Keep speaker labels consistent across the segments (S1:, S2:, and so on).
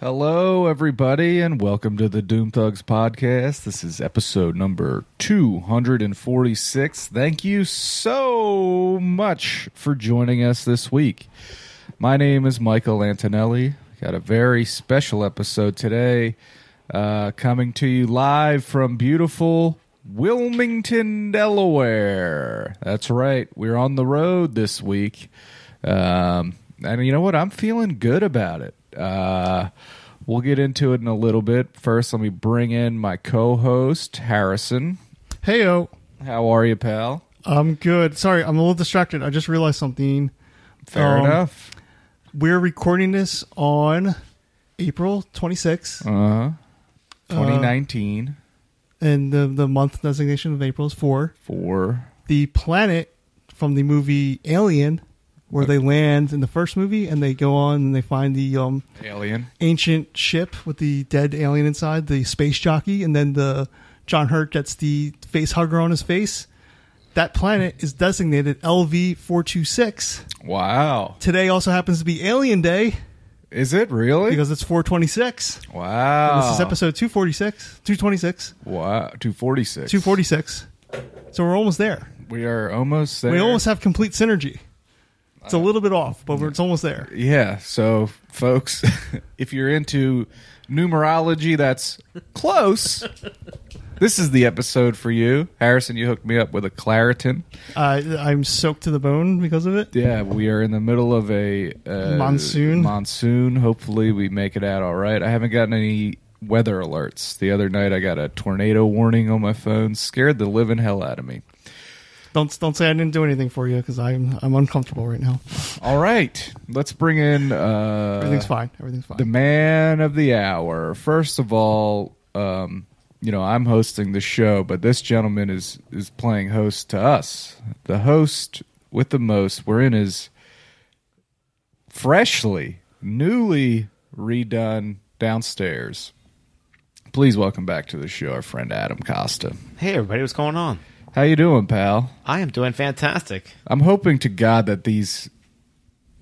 S1: Hello, everybody, and welcome to the Doom Thugs podcast. This is episode number 246. Thank you so much for joining us this week. My name is Michael Antonelli. Got a very special episode today uh, coming to you live from beautiful Wilmington, Delaware. That's right. We're on the road this week. Um, and you know what? I'm feeling good about it. Uh, we'll get into it in a little bit. First, let me bring in my co host, Harrison.
S2: Heyo,
S1: How are you, pal?
S2: I'm good. Sorry, I'm a little distracted. I just realized something.
S1: Fair
S2: Um,
S1: enough.
S2: We're recording this on April 26th,
S1: Uh, 2019
S2: and the, the month designation of April is 4.
S1: for
S2: The planet from the movie Alien, where they land in the first movie and they go on and they find the um,
S1: Alien.
S2: ancient ship with the dead alien inside, the space jockey, and then the John Hurt gets the face hugger on his face. That planet is designated LV 426.
S1: Wow.
S2: Today also happens to be Alien Day
S1: Is it really?
S2: because it's 426.
S1: wow.
S2: This is episode 246, 226,
S1: wow. 246.
S2: 246. So we're almost there.
S1: We are almost there.
S2: We almost have complete synergy. It's a little bit off, but we're, it's almost there.
S1: Yeah. So, folks, if you're into numerology, that's close. this is the episode for you. Harrison, you hooked me up with a Claritin.
S2: Uh, I'm soaked to the bone because of it.
S1: Yeah, we are in the middle of a uh,
S2: Monsoon.
S1: Monsoon. Hopefully, we make it out all right. I haven't gotten any weather alerts. The other night, I got a tornado warning on my phone. Scared the living hell out of me.
S2: Don't don't say I didn't do anything for you because I'm I'm uncomfortable right now.
S1: All right, let's bring in. Uh,
S2: Everything's fine. Everything's fine.
S1: the man of the hour. First of all, um, you know, I'm hosting the show, but this gentleman is is playing host to us. The host with the most. We're in his freshly, newly redone downstairs. Please welcome back to the show our friend Adam Costa.
S3: Hey everybody, what's going on?
S1: How you doing, pal?
S3: I am doing fantastic.
S1: I'm hoping to God that these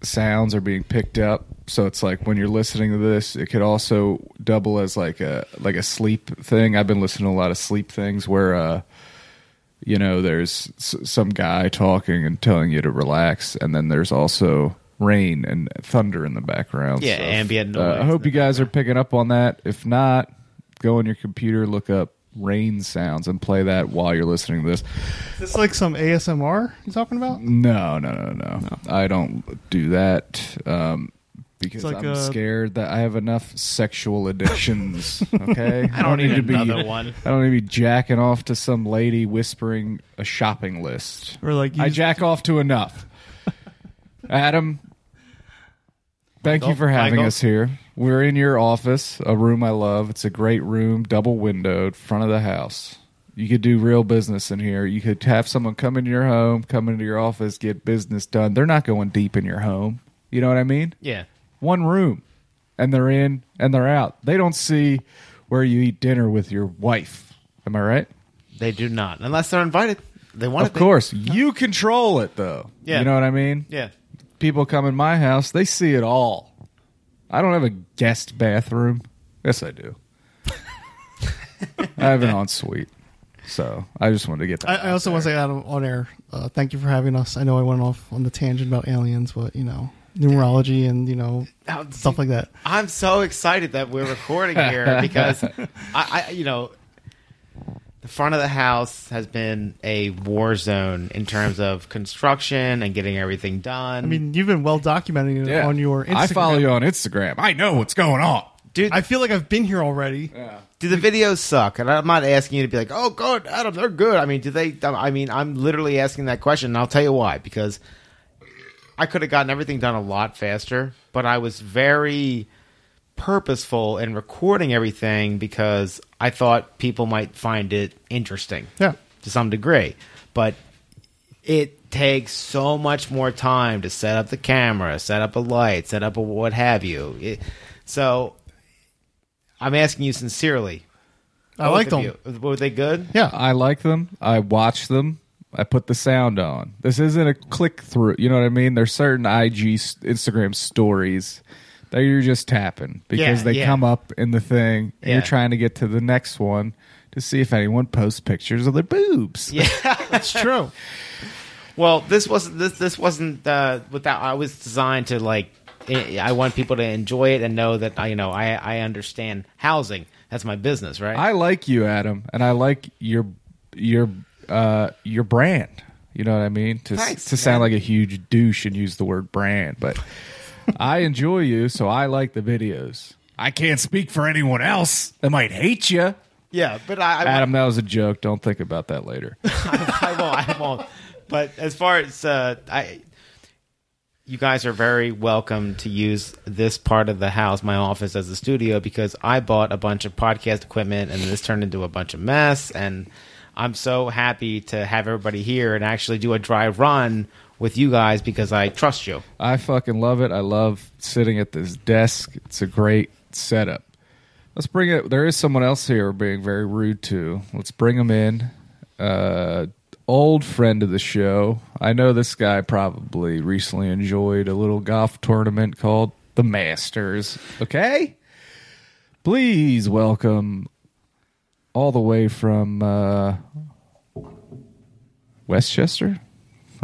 S1: sounds are being picked up. So it's like when you're listening to this, it could also double as like a like a sleep thing. I've been listening to a lot of sleep things where uh you know there's s- some guy talking and telling you to relax and then there's also rain and thunder in the background.
S3: Yeah, ambient
S1: uh, I
S3: noise.
S1: hope you guys are picking up on that. If not, go on your computer, look up rain sounds and play that while you're listening to this.
S2: It's like some ASMR you talking about?
S1: No, no, no, no. I don't do that um, because
S2: It's like
S1: I'm
S2: a-
S1: scared that I have enough sexual addictions. Okay,
S3: I don't need another one.
S1: I don't need to be jacking off to some lady whispering a shopping list.
S2: Or like you
S1: I jack off to enough. Adam, thank you
S3: Michael,
S1: for having
S3: Michael.
S1: us here. We're in your office, a room I love. It's a great room, double windowed, front of the house. You could do real business in here. You could have someone come into your home, come into your office, get business done. They're not going deep in your home. You know what I mean?
S3: Yeah.
S1: One room, and they're in and they're out. They don't see where you eat dinner with your wife. Am I right?
S3: They do not. Unless they're invited. They want
S1: Of course, you control it though.
S3: Yeah.
S1: You know what I mean?
S3: Yeah.
S1: people come in my house, they see it all. I don't have a guest bathroom. Yes, I do. I have an ensuite, so I just wanted to get that.
S2: I, I also want to say Adam on air. Uh, thank you for having us. I know I went off on the tangent about aliens, but you know numerology and you know
S3: Oh,
S2: stuff like that.
S3: I'm so excited that we're recording here because I, I you know the front of the house has been a war zone in terms of construction and getting everything done.
S2: I mean, you've been well documenting it
S1: Yeah.
S2: on your. Instagram.
S1: I follow you on Instagram. I know what's going on.
S3: dude,
S2: I feel like I've been here already.
S3: do the videos suck? And I'm not asking you to be like, "Oh God, Adam, they're good." I mean, do they? um, I mean, I'm literally asking that question, and I'll tell you why. Because I could have gotten everything done a lot faster, but I was very purposeful in recording everything because I thought people might find it interesting
S2: Yeah.
S3: to some degree. But it takes so much more time to set up the camera, set up a light, set up a what have you. It- so I'm asking you sincerely.
S2: I liked them.
S3: Both of you, Were they good?
S2: Yeah,
S1: I like them. I watch them. I put the sound on. This isn't a click through. You know what I mean? There's certain IG, s- Instagram stories that you're just tapping because
S3: Yeah,
S1: they
S3: yeah.
S1: come up in the thing and
S3: Yeah.
S1: you're trying to get to the next one to see if anyone posts pictures of their boobs.
S2: That's true.
S3: Well, this wasn't this this wasn't uh, without. I was designed to like. I I want people to enjoy it and know that I, you know I I understand housing. That's my business, right?
S1: I like you, Adam, and I like your your uh your brand. You know what I mean? To
S3: Thanks,
S1: to sound
S3: man.
S1: like a huge douche and use the word brand, but I enjoy you, so I like the videos. I can't speak for anyone else that might hate you.
S3: yeah, but I, I
S1: Adam, that was a joke. Don't think about that later.
S3: I won't. I won't. But as far as uh, I, you guys are very welcome to use this part of the house, my office, as a studio because I bought a bunch of podcast equipment and this turned into a bunch of mess. And I'm so happy to have everybody here and actually do a dry run with you guys because I trust you.
S1: I fucking love it. I love sitting at this desk. It's a great setup. Let's bring it. There is someone else here we're being very rude to. Let's bring him in. Uh, old friend of the show. I know this guy probably recently enjoyed a little golf tournament called the Masters. Okay? Please welcome all the way from uh, Westchester.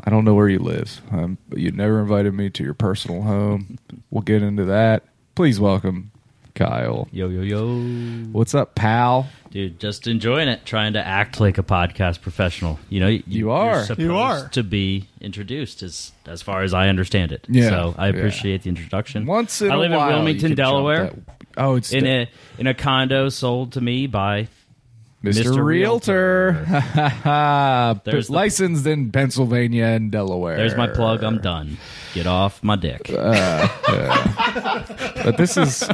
S1: I don't know where you live. Um, but you never invited me to your personal home. We'll get into that. Please welcome Kyle.
S4: Yo, yo, yo.
S1: What's up, pal?
S4: Dude, just enjoying it, trying to act like a podcast professional. You know, you,
S1: You are.
S4: You're supposed
S2: You are.
S4: to be introduced, as as far as I understand it.
S1: Yeah.
S4: So I
S1: Yeah.
S4: appreciate the introduction.
S1: Once in
S4: I live
S1: a while,
S4: in
S1: you can
S4: Wilmington,
S1: jump
S4: Delaware,
S1: that- Oh, it's
S4: in
S1: the-
S4: a in a condo sold to me by
S1: Mr. Realtor.
S4: Mr. Realtor.
S1: Ha, ha, ha.
S4: There's the-
S1: Licensed in Pennsylvania and Delaware.
S4: There's my plug. I'm done. Get off my dick.
S1: Uh, But this is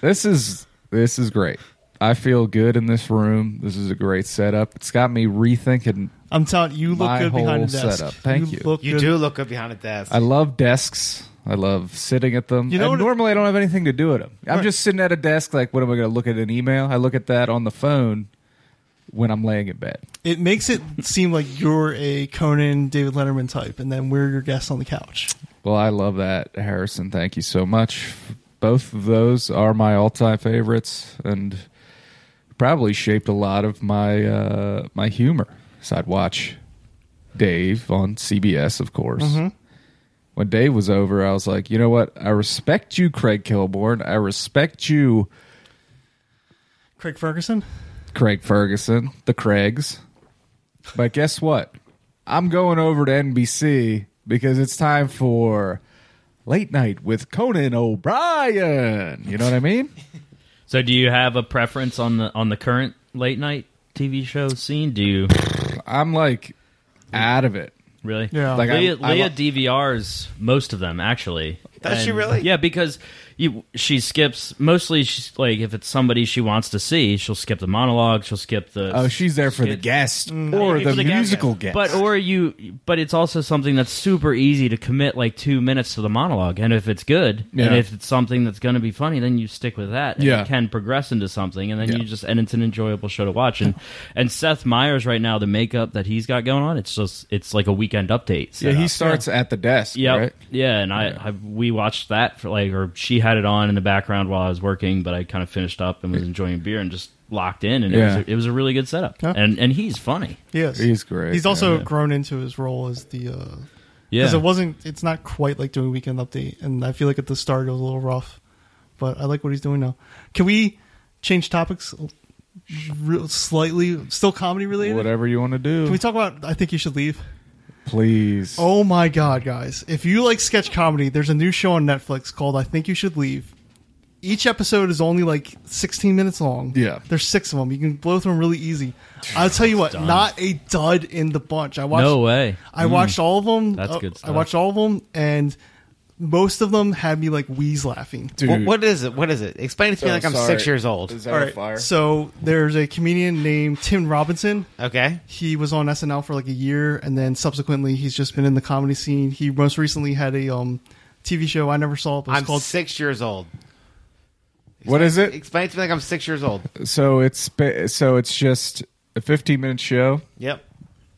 S1: this is this is great. I feel good in this room. This is a great setup. It's got me rethinking.
S2: I'm telling you, you look
S1: My
S2: good behind the
S1: whole
S2: desk.
S1: setup. Thank you.
S2: Look
S3: You
S2: good.
S3: do look good behind a desk.
S1: I love desks. I love sitting at them.
S2: You know
S1: and
S2: what-
S1: normally I don't have anything to do at them. I'm
S2: Right.
S1: just sitting at a desk. Like, what am I going to look at an email? I look at that on the phone when I'm laying in bed.
S2: It makes it seem like you're a Conan, David Letterman type, and then we're your guest on the couch.
S1: Well, I love that, Harrison. Thank you so much. Both of those are my all-time favorites, and probably shaped a lot of my uh, my humor. So I'd watch Dave on CBS, of course. When Dave was over, I was like, you know what? I respect you, Craig Kilborn. I respect you,
S2: Craig Ferguson.
S1: Craig Ferguson, the Craigs. But guess what? I'm going over to NBC because it's time for Late Night with Conan O'Brien. You know what I mean?
S4: so, do you have a preference on the on the current late night TV show scene? Do you
S1: I'm like out of it.
S4: really?
S2: Yeah.
S1: Like
S4: Leah,
S1: I, I
S4: Leah
S1: lo-
S4: DVRs most of them actually.
S3: Does she really?
S4: Yeah, because you, she skips mostly. She's like, if it's somebody she wants to see, she'll skip the monologue. She'll skip the.
S1: oh, she's there for the
S4: skit-
S1: guest or
S4: for
S1: the,
S4: the guest.
S1: musical guest.
S4: But or you, but it's also something that's super easy to commit like two minutes to the monologue, and if it's good,
S1: Yeah.
S4: and if it's something that's going to be funny, then you stick with that. And
S1: Yeah.
S4: it can progress into something, and then
S1: Yeah.
S4: you just and it's an enjoyable show to watch. And and Seth Meyers right now, the makeup that he's got going on, it's just it's like a weekend update.
S1: yeah, he
S4: setup.
S1: starts at the desk.
S4: Yeah,
S1: right?
S4: yeah, and I, I we watched that for like, or she had it on in the background while I was working, but I kind of finished up and was enjoying a beer and just locked in, and
S1: Yeah.
S4: it, was a, it was a really good setup,
S2: Yeah.
S4: and and he's funny.
S2: He is.
S1: He's great,
S2: He's also
S4: yeah.
S2: grown into his role as the. uh
S4: Yeah,
S2: Because it wasn't. It's not quite like doing Weekend Update, and I feel like at the start it was a little rough, but I like what he's doing now. Can we change topics? Real, slightly, still comedy related.
S1: Whatever you want to do,
S2: Can we talk about? I think you should leave.
S1: please.
S2: Oh my god, guys. If you like sketch comedy, there's a new show on Netflix called I Think You Should Leave. Each episode is only like 16 minutes long.
S1: Yeah.
S2: There's six of them. You can blow through them really easy. I'll tell you what, not a dud in the bunch. I watched
S4: no way.
S2: I watched all of them.
S4: Mm. That's
S2: Uh,
S4: good
S2: I
S4: stuff.
S2: watched all of them and most of them had me like wheeze laughing.
S1: dude. Oh,
S3: Wh- what is it? What is it? Explain it to me like I'm six years old.
S1: Is that
S2: All
S1: a
S2: right,
S1: fire?
S2: So there's a comedian named Tim Robinson.
S3: Okay.
S2: he was on SNL for like a year, and then subsequently he's just been in the comedy scene. He most recently had a um, TV show I never saw. But it was
S3: I'm
S2: called
S3: six years old.
S1: what is it?
S3: Explain it to me like I'm six years old.
S1: So it's ba- so it's just a 15 minute show.
S3: Yep.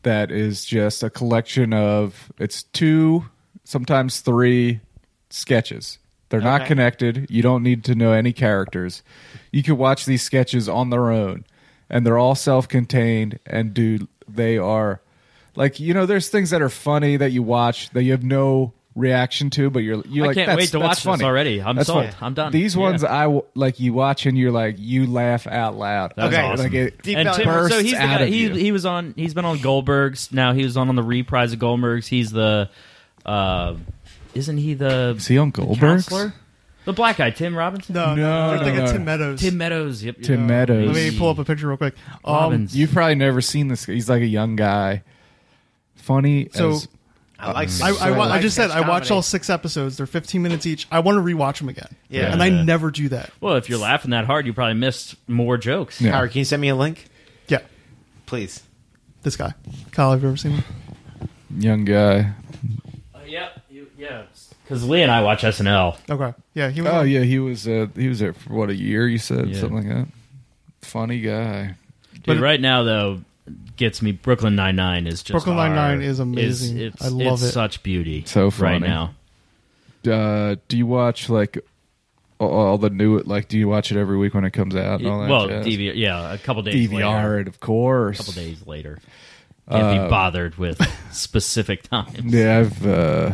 S1: that is just a collection of it's two, sometimes three sketches They're not
S3: Okay.
S1: connected. You don't need to know any characters. You can watch these sketches on their own, and they're all self-contained. And dude, they are like you know, there's things that are funny that you watch that you have no reaction to, but you're you
S4: I
S1: like
S4: can't
S1: that's-
S4: wait to
S1: that's
S4: watch this
S1: funny.
S4: already. I'm
S1: That's
S4: sold.
S1: funny.
S4: I'm done.
S1: These
S4: Yeah.
S1: ones I w- like you watch and you're like you laugh out loud.
S4: That's
S1: Like,
S4: awesome.
S1: Like it,
S3: Deep
S4: and
S3: belly
S4: Tim,
S1: bursts
S4: so he's the
S1: out
S4: guy,
S1: of
S4: he,
S1: you.
S4: he was on he's been on Goldberg's now he was on on the reprise of Goldberg's he's the uh isn't he the
S1: Is he on
S4: the
S1: Goldberg's?
S4: counselor? the black guy Tim Robinson
S2: No, no,
S1: No,
S2: no,
S1: no,
S2: like a
S1: no.
S2: Tim Meadows.
S4: Tim Meadows yep
S1: Tim
S4: Yeah.
S1: Meadows.
S2: Let me pull up a picture real quick. Um,
S4: Robbins.
S1: You've probably never seen this. guy. He's like a young guy, funny.
S2: So-
S1: as-
S3: I like.
S2: Mm. I, I, wa- I
S3: like
S2: just said
S3: sketch
S2: I watched
S3: comedy.
S2: all six episodes. They're 15 minutes each. I want to rewatch them again.
S3: Yeah.
S2: and I never do that.
S4: well if you're laughing that hard you probably missed more jokes
S1: Yeah.
S3: Howard, can you send me a link,
S2: Yeah,
S3: please?
S2: this guy, Kyle. Have you ever seen him?
S1: young guy.
S4: Uh, yep you, yeah because Lee and I watch SNL
S2: Okay, yeah, he was.
S1: Oh yeah, he was. Uh, he was there for what a year? You said
S4: Yeah.
S1: something like that. Funny guy.
S4: dude
S2: But-
S4: right now though gets me Brooklyn Nine Nine is just
S2: Brooklyn Nine-Nine
S4: our-
S2: is amazing.
S4: it's,
S2: I love
S4: it's
S2: it.
S4: such beauty
S1: So funny.
S4: right now
S1: Uh, do you watch like all, all the new? Like, do you watch it every week when it comes out? And all that
S4: well
S1: jazz?
S4: DVR yeah a couple days later.
S1: DVR it, of course.
S4: couple days later. Can't be bothered with specific times.
S1: Uh, Yeah, I've uh,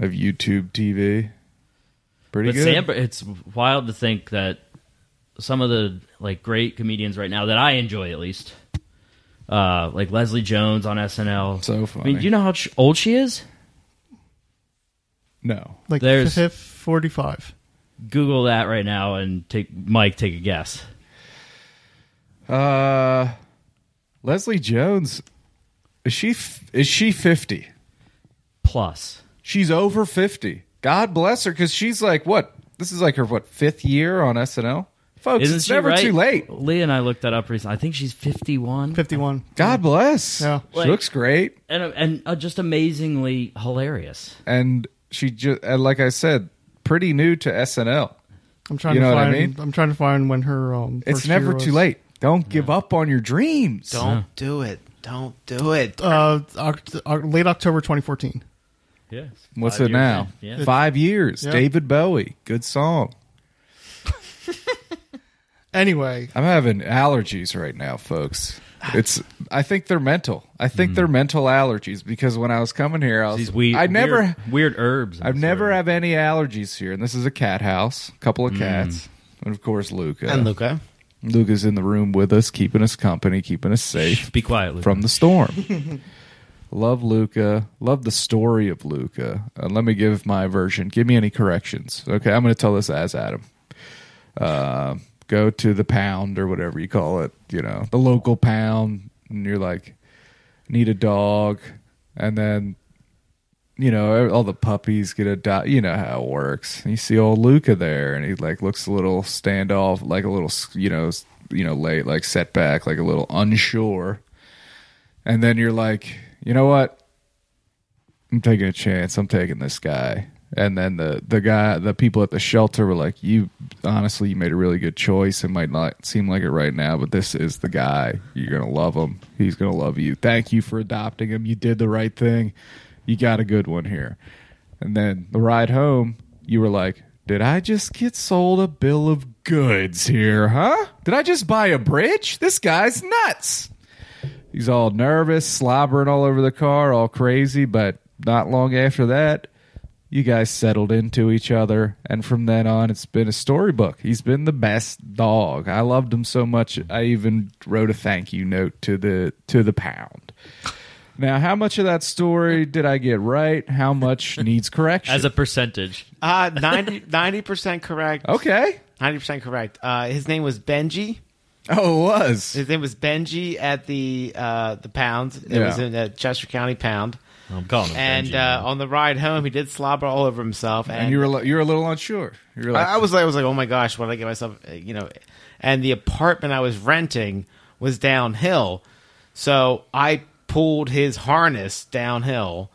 S1: I've YouTube TV. Pretty
S4: but
S1: good.
S4: Sam, it's wild to think that some of the like great comedians right now that I enjoy at least, uh, like Leslie Jones on SNL.
S1: So
S4: I
S1: funny.
S4: mean, do you know how ch- old she is?
S1: no.
S2: like
S4: there's-
S2: fifth, 45.
S4: Google that right now and take Mike take a guess.
S1: Uh, Leslie Jones. Is she f- is she fifty?
S4: Plus,
S1: She's over fifty. God bless her, because she's like what? This is like her what fifth year on SNL. Folks,
S4: isn't
S1: it's
S4: she
S1: never
S4: right?
S1: too late.
S4: Lee and I looked that up recently. I think she's fifty-one,
S2: 51.
S1: God bless.
S2: Yeah.
S1: She
S4: Like-
S1: looks great,
S4: and and uh, just amazingly hilarious.
S1: and she just and like I said, pretty new to SNL.
S2: I'm trying
S1: You know
S2: to
S1: what I mean?
S2: find. I'm trying to find when her. Um,
S1: It's
S2: first
S1: never
S2: year
S1: too
S2: was.
S1: late. Don't give up on your dreams.
S3: Don't do it. Don't do it.
S2: Uh, Oct- uh, late October 2014.
S4: Yes.
S1: What's
S4: Five
S1: it
S4: years
S1: now?
S4: in. Yeah.
S1: Five years.
S2: Yeah.
S1: David Bowie. Good song.
S2: Anyway,
S1: I'm having allergies right now, folks. It's. I think they're mental. I think they're mental allergies because when I was coming here, I was.
S4: Hmm. These weird,
S1: I never.
S4: weird, weird herbs. in
S1: I've
S4: this
S1: never
S4: area.
S1: have any allergies here, and this is a cat house. Couple of cats, and of course Luca.
S3: and Luca,
S1: Luca's in the room with us, keeping us company, keeping us safe
S4: Shh, Be quiet, Luke.
S1: from the storm. love Luca. Love the story of Luca. Uh, let me give my version. Give me any corrections. Okay, I'm going to tell this as Adam. Uh, go to the pound or whatever you call it, you know, the local pound, and you're like, need a dog. And then, you know, e, all the puppies get a dog. You know how it works. And you see old Luca there, and he like looks a little standoff, like a little, you know, s- you know, late, like setback, like a little unsure and then you're like, you know what? I'm taking a chance. I'm taking this guy. And then the the guy, the people at the shelter were like, you honestly, you made a really good choice. It might not seem like it right now, but this is the guy. You're gonna love him. He's gonna love you. Thank you for adopting him. You did the right thing. You got a good one here. And then the ride home, you were like, did I just get sold a bill of goods here, huh? Did I just buy a bridge? This guy's nuts. He's all nervous, slobbering all over the car, all crazy. But not long after that, you guys settled into each other. And from then on, it's been a storybook. He's been the best dog. I loved him so much. I even wrote a thank you note to the to the pound. Now, how much of that story did I get right? How much needs correction?
S4: As a percentage.
S3: uh, 90 percent correct.
S1: okay.
S3: ninety percent correct. Uh, his name was Benji.
S1: Oh, it was.
S3: His name was Benji at the uh, the pound. It
S1: Yeah. Oh,
S3: was in the Chester County Pound.
S4: I'm calling him
S3: And
S4: Benji
S3: uh,
S4: now.
S3: on the ride home, he did slobber all over himself. And,
S1: And you were li- you were a little unsure. You were like,
S3: I, I was like, I was like, oh my gosh, what did I get myself? uh, You know, and the apartment I was renting was downhill, so I pulled his harness downhill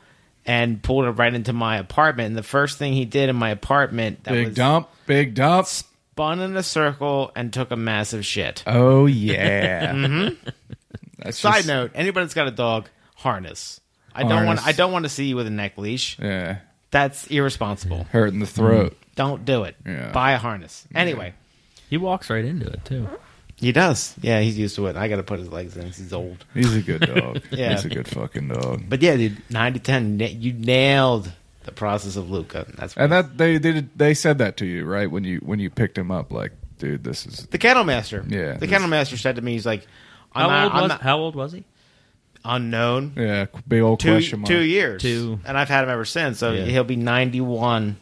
S3: and pulled it right into my apartment. And the first thing he did in my apartment that
S1: big
S3: was
S1: dump, big dump.
S3: spun in a circle and took a massive shit.
S1: Oh yeah. That's
S3: Mm-hmm. Side
S1: just-
S3: note: anybody that's got a dog, harness. I don't
S1: Harness.
S3: want. I don't want to see you with a neck leash.
S1: Yeah.
S3: That's irresponsible.
S1: hurt in the throat.
S3: Don't do it.
S1: Yeah.
S3: Buy a harness. Anyway,
S4: He walks right into it too.
S3: he does. Yeah, he's used to it. I got to put his legs in. 'cause He's old.
S1: He's a good dog.
S3: Yeah.
S1: He's a good fucking dog.
S3: But yeah, dude, nine to ten. na- You nailed the process of Luca. That's
S1: And that they they did they said that to you, right? When you when you picked him up, like, dude, this is
S3: the kennel master.
S1: Yeah.
S3: the kennel master said to me, he's like,
S4: How
S3: I'm, not,
S4: old
S3: I'm
S4: was
S3: not-
S4: How old was he?
S3: unknown.
S1: yeah, big old
S3: two
S1: question mark.
S3: two years,
S4: Two.
S3: and I've had him ever since. So
S4: Yeah.
S3: he'll be ninety one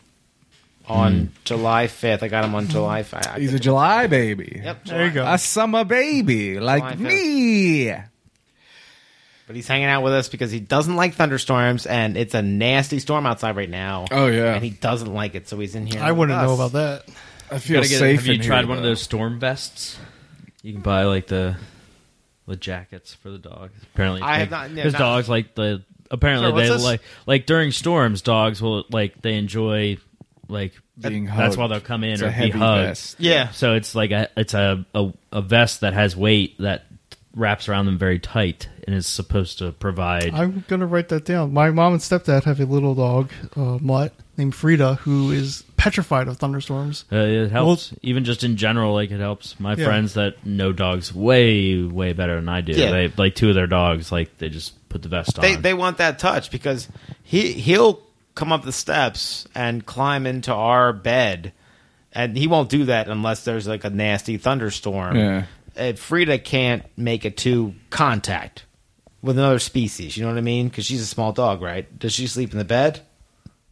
S3: on July fifth. I got him on July fifth.
S1: Hmm. He's a July baby.
S3: Yep,
S2: There you
S3: July.
S2: go.
S1: A summer baby like
S3: July
S1: me.
S3: But he's hanging out with us because he doesn't like thunderstorms, and it's a nasty storm outside right now.
S1: Oh, yeah.
S3: and he doesn't like it, so he's in here.
S2: I
S3: with
S2: wouldn't
S3: us.
S2: know about that.
S1: I
S4: You
S1: feel
S4: gotta get-
S1: safe.
S4: have you
S1: in here,
S4: tried one of
S1: though.
S4: those storm vests? You can buy like the the jackets for the dog. Apparently, it's
S3: I have
S4: big.
S3: not- yeah,
S4: There's
S3: not-
S4: dogs like the apparently
S2: Sorry, what's
S4: they
S2: this?
S4: like like during storms, dogs will like they enjoy like
S1: Being
S4: that's why
S1: hugged.
S4: they'll come in
S1: It's
S4: or
S1: a
S4: be
S1: heavy
S4: hugged.
S1: vest.
S3: Yeah,
S4: So it's like a it's a, a a vest that has weight that wraps around them very tight and is supposed to provide.
S2: I'm gonna write that down. My mom and stepdad have a little dog, uh, mutt named Frida, who is petrified of thunderstorms.
S4: Uh, it helps, even just in general. Like it helps my
S2: Yeah.
S4: friends that know dogs way, way better than I do.
S3: Yeah.
S4: They like two of their dogs. Like they just put the vest
S3: they
S4: on.
S3: they want that touch because he he'll come up the steps and climb into our bed, and he won't do that unless there's like a nasty thunderstorm.
S1: Yeah.
S3: Uh, Frida can't make it to contact with another species. You know what I mean? Because she's a small dog, right? Does she sleep in the bed?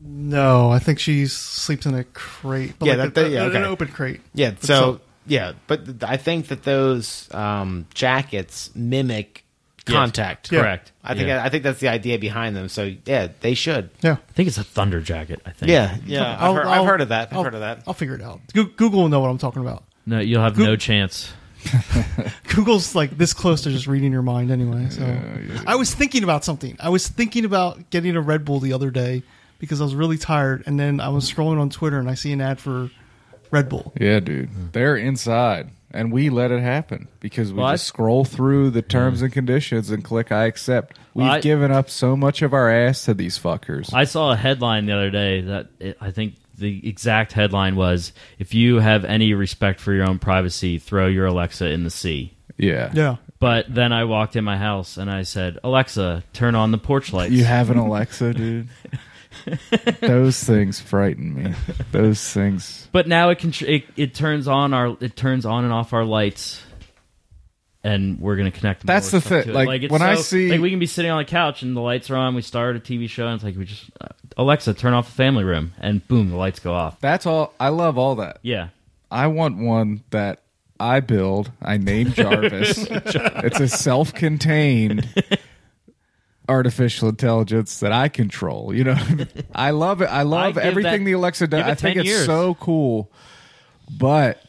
S2: No, I think she sleeps in a crate. But
S3: Yeah,
S2: like
S3: that-
S2: a-
S3: that- yeah,
S2: a-
S3: okay.
S2: an open crate.
S3: Yeah.
S2: But
S3: So yeah, but th- I think that those um, jackets mimic
S4: Yes,
S3: contact.
S4: correct.
S3: I think
S4: Yeah.
S3: I think that's the idea behind them. So yeah, they should.
S2: yeah,
S4: I think it's a thunder jacket. I think.
S3: Yeah, yeah. I've,
S2: I'll-
S3: heard, I've
S2: I'll-
S3: heard of that. I've
S1: Oh.
S2: I'll-
S3: heard of that.
S2: I'll figure it out. Goo- Google will know what I'm talking about.
S4: No, you'll have
S2: Go-
S4: no chance.
S2: Google's like this close to just reading your mind anyway. So I was thinking about something. I was thinking about getting a Red Bull the other day because I was really tired, and then I was scrolling on Twitter and I see an ad for Red Bull.
S1: Yeah, dude. They're inside. And we let it happen because we
S4: Well, I-
S1: just scroll through the terms and conditions and click I accept. We've
S4: Well, I-
S1: given up so much of our ass to these fuckers.
S4: I saw a headline the other day that it, I think the exact headline was: "If you have any respect for your own privacy, throw your Alexa in the sea."
S1: yeah.
S2: Yeah,
S4: But then I walked in my house and I said, "Alexa, turn on the porch lights."
S1: You have an Alexa, dude. Those things frighten me. Those things.
S4: But now it can tr- it, it turns on our it turns on and off our lights, and we're gonna connect. more
S1: That's the
S4: stuff to
S1: thing.
S4: it.
S1: Like,
S4: it's
S1: when I
S4: so-
S1: see-
S4: like we can be sitting on the couch and the lights are on. We start a TV show and it's like we just uh, Alexa turn off the family room and boom the lights go off.
S1: That's all. I love all that.
S4: Yeah,
S1: I want one that I build. I name Jarvis. it's a self-contained artificial intelligence that I control. You know, what I mean? I love it. I love
S4: give
S1: everything
S4: that-
S1: the Alexa does.
S4: give it
S1: I think
S4: 10
S1: it's
S4: years.
S1: so cool. But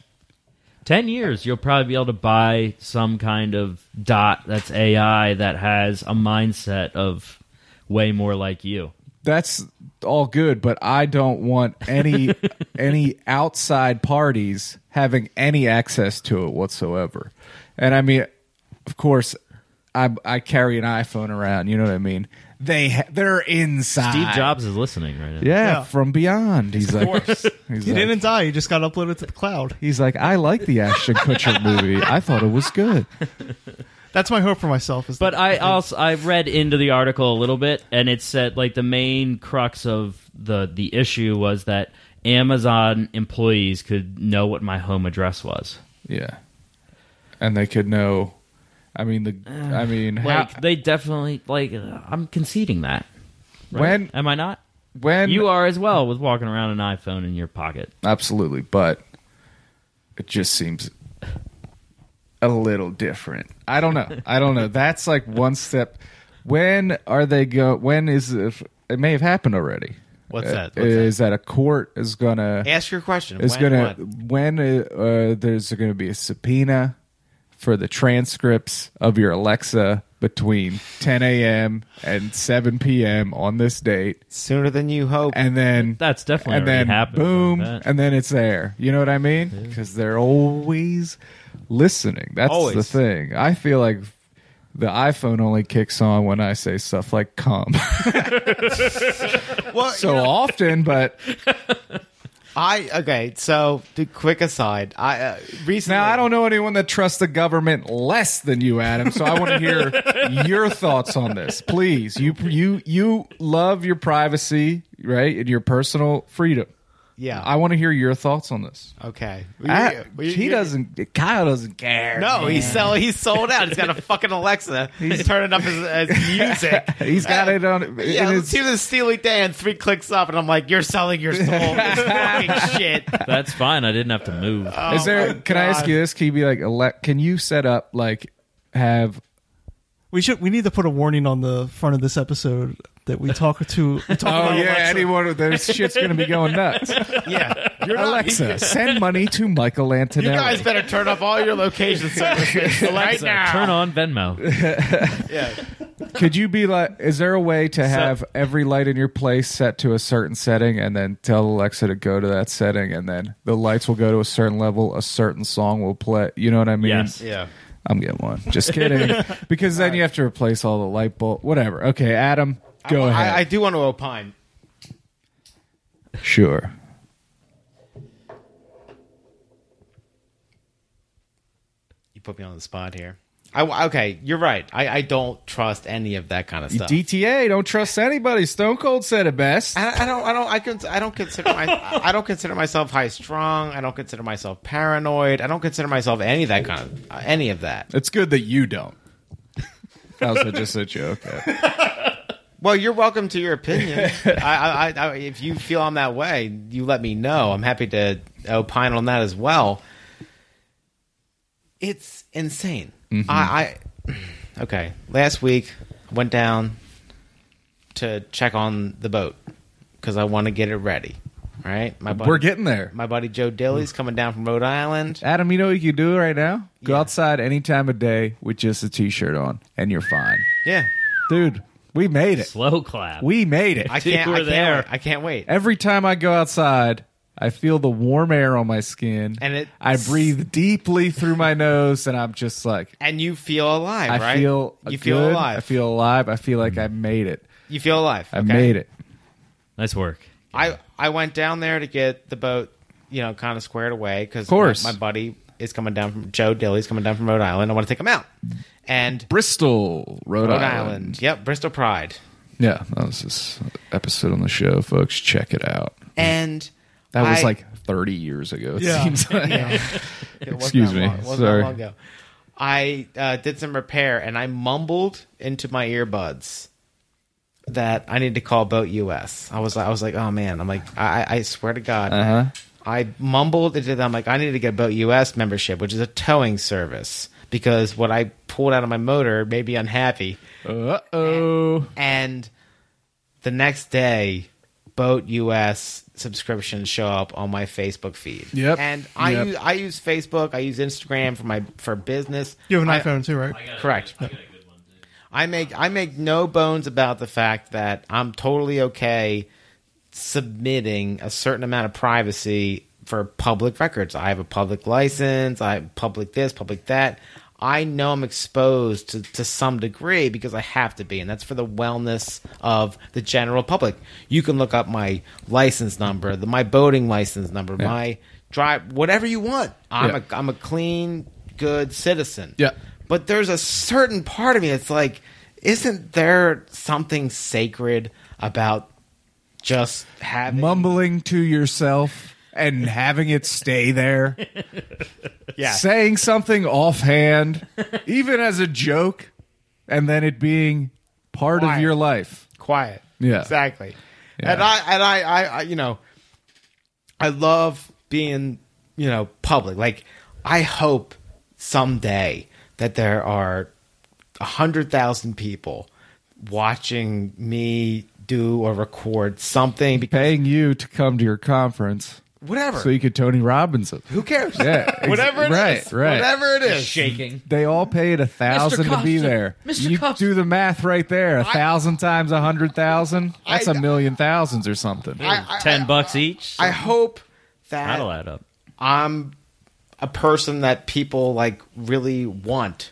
S4: ten years you'll probably be able to buy some kind of dot that's AI that has a mindset of way more like you.
S1: that's all good. But I don't want any any outside parties having any access to it whatsoever. And I mean, of course, I I carry an iPhone around. You know what I mean? They ha- they're inside.
S4: Steve Jobs is listening right now.
S1: Yeah,
S2: Yeah.
S1: from beyond. He's like, he's
S2: he
S1: like,
S2: didn't die. He just got uploaded to the cloud.
S1: he's like, I like the Ashton Kutcher movie. I thought it was good.
S2: That's my hope for myself. Is
S4: But
S2: that-
S4: I also I read into the article a little bit, and it said like the main crux of the the issue was that Amazon employees could know what my home address was.
S1: Yeah, and they could know. I mean, the. I mean, how,
S4: Like they definitely like uh, I'm conceding that. right?
S1: When-
S4: am I not?
S1: when
S4: you are as well with walking around an iPhone in your pocket.
S1: absolutely, but it just seems a little different. I don't know. I don't know. That's like one step. When are they go? When is it? It may have happened already.
S3: What's
S1: Uh,
S3: that? What's
S1: is that? a court is gonna
S3: Ask your question.
S1: It's
S3: When,
S1: gonna
S3: what?
S1: when uh, there's gonna be a subpoena for the transcripts of your Alexa between 10 a.m. and 7 p.m. on this date,
S3: sooner than you hope.
S1: and then
S4: That's definitely
S1: and
S4: already
S1: then
S4: happened.
S1: boom,
S4: That-
S1: and then it's there. You know what I mean? Because they're always listening. That's the
S3: Always.
S1: thing. I feel like the iPhone only kicks on when I say stuff like "come"
S3: well,
S1: so often, but
S3: I okay. So, the quick aside. I uh, recently.
S1: Now I don't know anyone that trusts the government less than you, Adam. So I want to hear your thoughts on this, please. You you you love your privacy, right, and your personal freedom.
S3: Yeah.
S1: I want to hear your thoughts on this.
S3: okay.
S1: I-
S3: We- we-
S1: he doesn't. Kyle doesn't care.
S3: No, he's sell. He's sold out. He's got a fucking Alexa. He's turning up his, his music.
S1: he's got it on.
S3: Yeah,
S1: in
S3: let's
S1: his-
S3: hear the Steely Dan. Three clicks up, and I'm like, "You're selling your soul, this fucking shit."
S4: That's fine. I didn't have to move.
S1: is
S3: Oh
S1: there? Can I ask you this? Can you be like? Ele- can you set up like have?
S2: We should. We need to put a warning on the front of this episode that we talk to. We talk
S1: Oh
S2: about
S1: yeah,
S2: Alexa.
S1: anyone. There's shit's gonna be going nuts.
S3: Yeah, you're not-
S1: Alexa, send money to Michael Antonelli.
S3: You guys better turn off all your location services right now.
S4: Turn on Venmo.
S3: Yeah.
S1: Could you be like, is there a way to have every light in your place set to a certain setting and then tell Alexa to go to that setting and then the lights will go to a certain level, a certain song will play? You know what I mean?
S4: Yes.
S3: Yeah.
S1: I'm getting one. Just kidding. because then you have to replace all the light bulb. Whatever. Okay, Adam, go
S3: I,
S1: ahead.
S3: I, do want to opine.
S1: sure.
S3: You put me on the spot here. I, okay, you're right. I, I don't trust any of that kind of stuff.
S1: DTA, don't trust anybody. Stone Cold said it best.
S3: I, I don't. I don't. I can. I don't consider. My, I don't consider myself high strung. I don't consider myself paranoid. I don't consider myself any of that kind of uh, any of that.
S1: It's good that you don't. That was just a joke.
S3: Well, you're welcome to your opinion. I, I, I, if you feel I'm that way, you let me know. I'm happy to opine on that as well. It's insane.
S1: Mm-hmm.
S3: I, I okay. Last week, I went down to check on the boat because I want to get it ready. Right, my buddy,
S1: We're getting there.
S3: my buddy Joe Dilly's coming down from Rhode Island.
S1: Adam, you know what you can do right now? Go outside any time of day with just a t-shirt on, and you're fine,
S3: Yeah,
S1: dude. We made it.
S4: Slow clap.
S1: We made it.
S3: I
S4: Dude,
S3: can't. I
S4: we're
S3: can't,
S4: there.
S3: Wait. I can't wait.
S1: Every time I go outside, I feel the warm air on my skin,
S3: And it-
S1: I breathe deeply through my nose, and I'm just like,
S3: And you feel alive,
S1: I
S3: right?
S1: feel,
S3: you feel
S1: good,
S3: alive.
S1: I feel alive. I feel like I made it.
S3: you feel alive.
S1: I
S3: okay?
S1: made it.
S4: nice work.
S3: I I went down there to get the boat, you know, kind of squared away because
S1: course.
S3: my, my buddy is coming down from Joe Dilly's coming down from Rhode Island. I want to take him out. And
S1: Bristol, Rhode,
S3: Rhode
S1: Island. Mm.
S3: Island, yep, Bristol Pride,
S1: Yeah, that was this episode on the show, folks. Check it out.
S3: and
S1: That was
S3: I-
S1: like 30 years ago. It
S2: Yeah.
S1: seems like.
S3: It wasn't
S1: Excuse
S3: that
S1: me.
S3: long- it wasn't
S1: Sorry.
S3: That long ago. I uh, did some repair and I mumbled into my earbuds that I need to call Boat US. I was I was like, oh man, I'm like, I, I swear to God,
S1: Uh-huh.
S3: I mumbled into them like I need to get a Boat US membership, which is a towing service because what I pulled out of my motor made me unhappy.
S1: Uh oh.
S3: And the next day, Boat US subscriptions show up on my Facebook feed.
S1: Yep.
S3: And I
S1: Yep.
S3: use I use Facebook, I use Instagram for my for business.
S2: You have an
S3: I-
S2: iPhone too, right?
S3: Correct. I make I make no bones about the fact that I'm totally okay submitting a certain amount of privacy for public records. I have a public license, I have public this, public that. I know I'm exposed to, to some degree because I have to be, and that's for the wellness of the general public. You can look up my license number, the, my boating license number, my drive, whatever you want. I'm
S1: Yeah.
S3: a I'm a clean, good citizen.
S1: Yeah.
S3: But there's a certain part of me that's like, isn't there something sacred about just having
S1: Mumbling to yourself and having it stay there.
S3: Yeah.
S1: Saying something offhand, even as a joke, and then it being part
S3: Why?
S1: of your life.
S3: quiet?
S1: Yeah.
S3: exactly.
S1: Yeah.
S3: And I and I, I I you know, I love being you know public. Like I hope someday that there are a hundred thousand people watching me do or record something because
S1: Paying you to come to your conference
S3: whatever.
S1: so you could Tony Robbins it.
S3: Who cares?
S1: Yeah, ex-
S3: whatever it is.
S1: right, right.
S3: Whatever it is.
S4: Shaking.
S1: They all paid a thousand to be
S4: Costa.
S1: there.
S4: Mr.
S1: You
S4: Costa.
S1: do the math right there. A thousand times a hundred thousand. That's a
S3: I-
S1: million thousands or something.
S3: I- I-
S4: Ten
S3: I-
S4: bucks each.
S3: I hope that
S4: That'll add up.
S3: I'm a person that people like really want.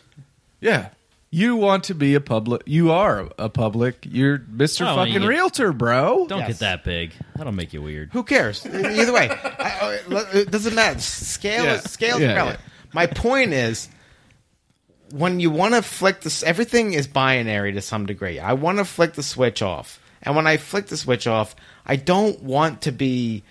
S1: yeah. You want to be a public. You are a public. You're Mr.
S4: Oh,
S1: fucking
S4: you-
S1: Realtor, bro.
S4: Don't
S3: Yes.
S4: get that big. That'll make you weird.
S3: Who cares? Either way, I, I, it doesn't matter. Scale
S1: Yeah.
S3: is scale is
S1: Yeah,
S3: irrelevant. My point is, when you want to flick this, everything is binary to some degree. I want to flick the switch off, and when I flick the switch off, I don't want to be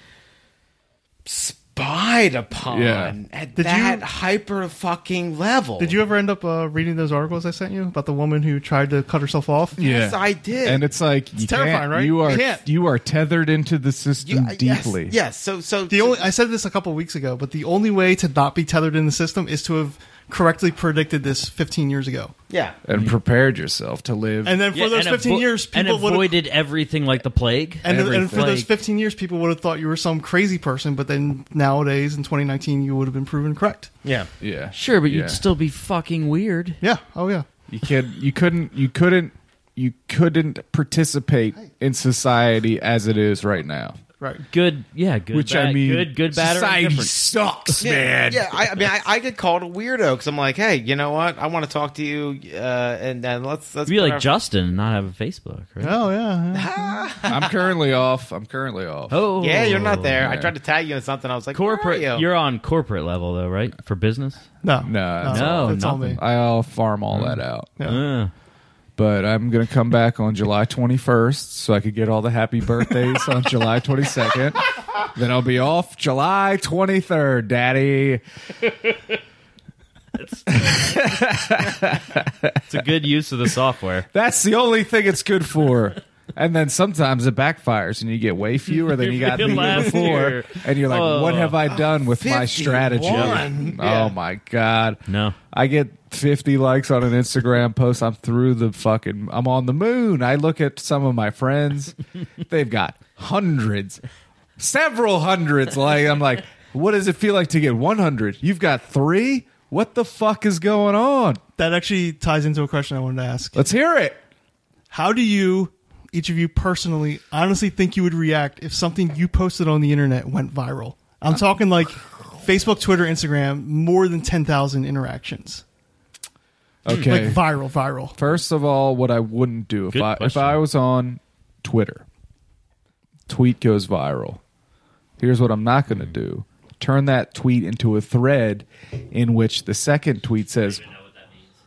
S3: spied upon
S1: Yeah.
S3: at
S2: Did
S3: that
S2: you-
S3: hyper fucking level.
S2: Did you ever end up uh, reading those articles I sent you about the woman who tried to cut herself off?
S3: Yes, I did.
S1: And it's like you
S2: terrifying,
S1: can't-
S2: right?
S1: You
S2: You
S1: are
S2: can't.
S1: you are tethered into the system
S3: You- yes,
S1: deeply.
S3: Yes, So so
S2: The only I said this a couple weeks ago, but the only way to not be tethered in the system is to have correctly predicted this 15 years ago.
S3: yeah.
S1: And prepared yourself to live.
S2: And then for
S4: Yeah,
S2: those
S4: and
S2: 15
S4: avo-
S2: years,
S4: and
S2: people would have
S4: avoided everything like the plague.
S2: and, and for
S1: everything.
S2: those 15 years, people would have thought you were some crazy person, but then nowadays in 2019, you would have been proven correct.
S3: Yeah.
S1: yeah,
S4: sure, but
S1: Yeah.
S4: you'd still be fucking weird.
S2: Yeah. Oh, yeah.
S1: you can you couldn't you couldn't you couldn't participate in society as it is right now.
S2: Right.
S4: Good, yeah, good.
S1: Which I
S4: bad-
S1: mean,
S4: good, good, bad, or
S1: society
S4: indifferent.
S1: sucks,
S3: Yeah,
S1: man.
S3: Yeah, I, I mean, I, I get called a weirdo because I'm like, hey, you know what? I want to talk to you, uh, and then let's let's
S4: You'd be
S3: put
S4: like
S3: our-
S4: Justin and not have a Facebook, right?
S2: Oh, yeah. yeah.
S1: I'm currently off. I'm currently off.
S4: Oh,
S3: Yeah, you're not there. I
S1: Yeah.
S3: tried to tag you in something. I was like,
S4: Corporate.
S3: Where are you?
S4: You're on corporate level though, right? For business.
S2: No.
S1: No, it's
S4: all-
S2: It's all
S4: nothing.
S2: me.
S1: I'll farm all that out.
S2: Yeah.
S4: Uh,
S1: But I'm gonna come back on July 21st, so I could get all the happy birthdays on July 22nd. Then I'll be off July 23rd, Daddy.
S4: it's a good use of the software.
S1: That's the only thing it's good for. And then sometimes it backfires, and you get way fewer than you got the year
S4: Last
S1: before.
S4: year.
S1: And you're like, "What
S4: Oh.
S1: have I done with my
S3: 51.
S1: strategy?"
S3: Yeah.
S1: Oh my god!
S4: No.
S1: I get 50 likes on an Instagram post. I'm through the fucking. I'm on the moon. I look at some of my friends. They've got hundreds, several hundreds. Like I'm like, what does it feel like to get 100? You've got three. What the fuck is going on?
S2: That actually ties into a question I wanted to ask.
S1: Let's hear it.
S2: How do you, each of you personally, honestly think you would react if something you posted on the internet went viral? I'm talking like Facebook, Twitter, Instagram, more than 10,000 interactions.
S1: Okay.
S2: Like viral, viral.
S1: First of all, what I wouldn't do if
S4: Good
S1: I if
S4: question.
S1: I was on Twitter, tweet goes viral. Here's what I'm not going to do: turn that tweet into a thread, in which the second tweet says,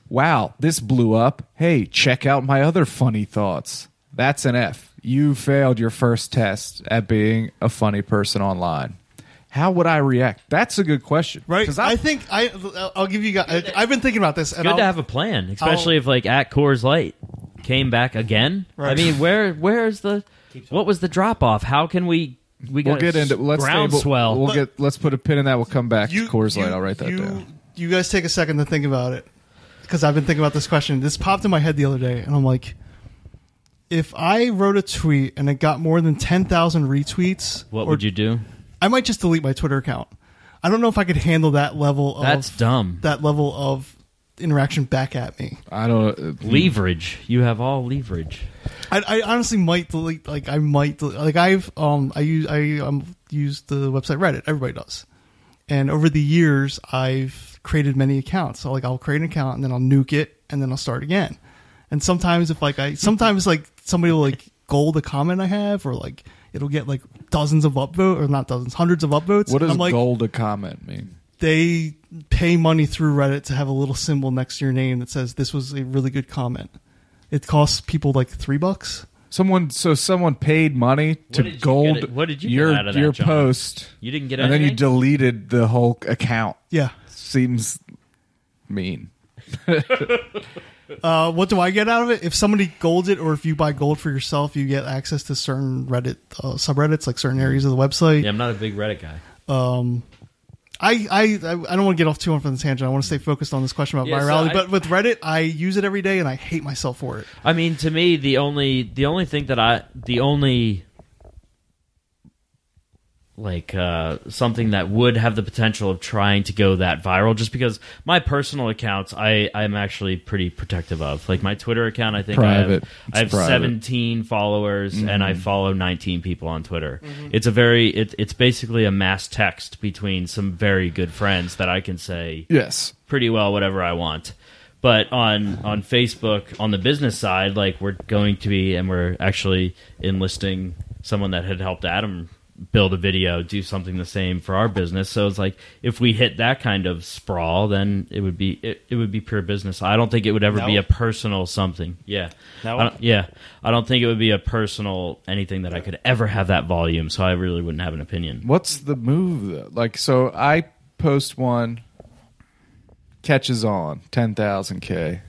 S1: "Wow, this blew up. Hey, check out my other funny thoughts." That's an F. You failed your first test at being a funny person online. How would I react? That's a good question,
S2: Right?
S1: 'Cause
S2: I,
S1: I'm-
S2: think I, I'll give you guys, I, have been thinking about this. And
S4: Good
S2: I'll,
S4: to have a plan, especially if like at Coors Light came back again. I
S2: Right.
S4: mean, where where's the what was the drop off? How can we we
S1: we'll
S4: got
S1: get into let's say we'll-
S4: groundswell?
S1: We'll, get let's put a pin in that. We'll come back
S2: you,
S1: to Coors Light.
S2: you-
S1: I'll write that
S2: you,
S1: down.
S2: You guys take a second to think about it because I've been thinking about this question. This popped in my head the other day, and I'm like, if I wrote a tweet and it got more than 10,000 retweets,
S4: what
S2: or
S4: would you do?
S2: I might just delete my Twitter account. I don't know if I could handle that level of
S4: That's dumb.
S2: that level of interaction back at me.
S1: I don't
S4: leverage. You have all leverage.
S2: I, I honestly might delete like I might del like I've um I use I um use the website Reddit. Everybody does. And over the years, I've created many accounts. So like I'll create an account and then I'll nuke it and then I'll start again. And sometimes if like I sometimes like somebody will like gold a comment I have or like it'll get like dozens of upvote or not dozens, hundreds of upvotes.
S1: What
S2: And
S1: does
S2: I'm like,
S1: gold a comment mean?
S2: they pay money through Reddit to have a little symbol next to your name that says this was a really good comment. It costs people like three bucks.
S1: Someone so someone paid money to
S4: did you
S1: gold
S4: get- what did you get
S1: your
S4: out of that,
S1: your
S4: John?
S1: post.
S4: You didn't get
S1: and then you
S4: anything?
S1: deleted the whole account.
S2: Yeah.
S1: Seems mean.
S2: Uh, what do I get out of it? If somebody golds it, or if you buy gold for yourself, you get access to certain Reddit uh, subreddits, like certain areas of the website.
S4: Yeah, I'm not a big Reddit guy.
S2: I, I I I don't want to get off too much on this tangent. I want to stay focused on this question about
S4: Yeah, so
S2: virality.
S4: I-
S2: but with Reddit, I use it every day, and I hate myself for it.
S4: I mean, to me, the only the only thing that I the only like uh, something that would have the potential of trying to go that viral, just because my personal accounts, I I'm actually pretty protective of. Like my Twitter account, I think
S1: Private. It's
S4: I have, I have
S1: private. Mm-hmm.
S4: 17 followers, and I follow 19 people on Twitter. It's a very it, it's basically a mass text between some very good friends that I can say
S1: Yes.
S4: pretty well whatever I want. But on on Facebook, on the business side, like we're going to be, and we're actually enlisting someone that had helped Adam build a video, do something the same for our business. So it's like if we hit that kind of sprawl, then it would be it, it would be pure business. I don't think it would ever be
S5: No.
S4: a personal something. Yeah.
S5: No?
S4: I don't- yeah. I don't think it would be a personal anything that I could ever have that volume, so I really wouldn't have an opinion.
S1: What's the move though? Like, so I post one, catches on ten thousand k,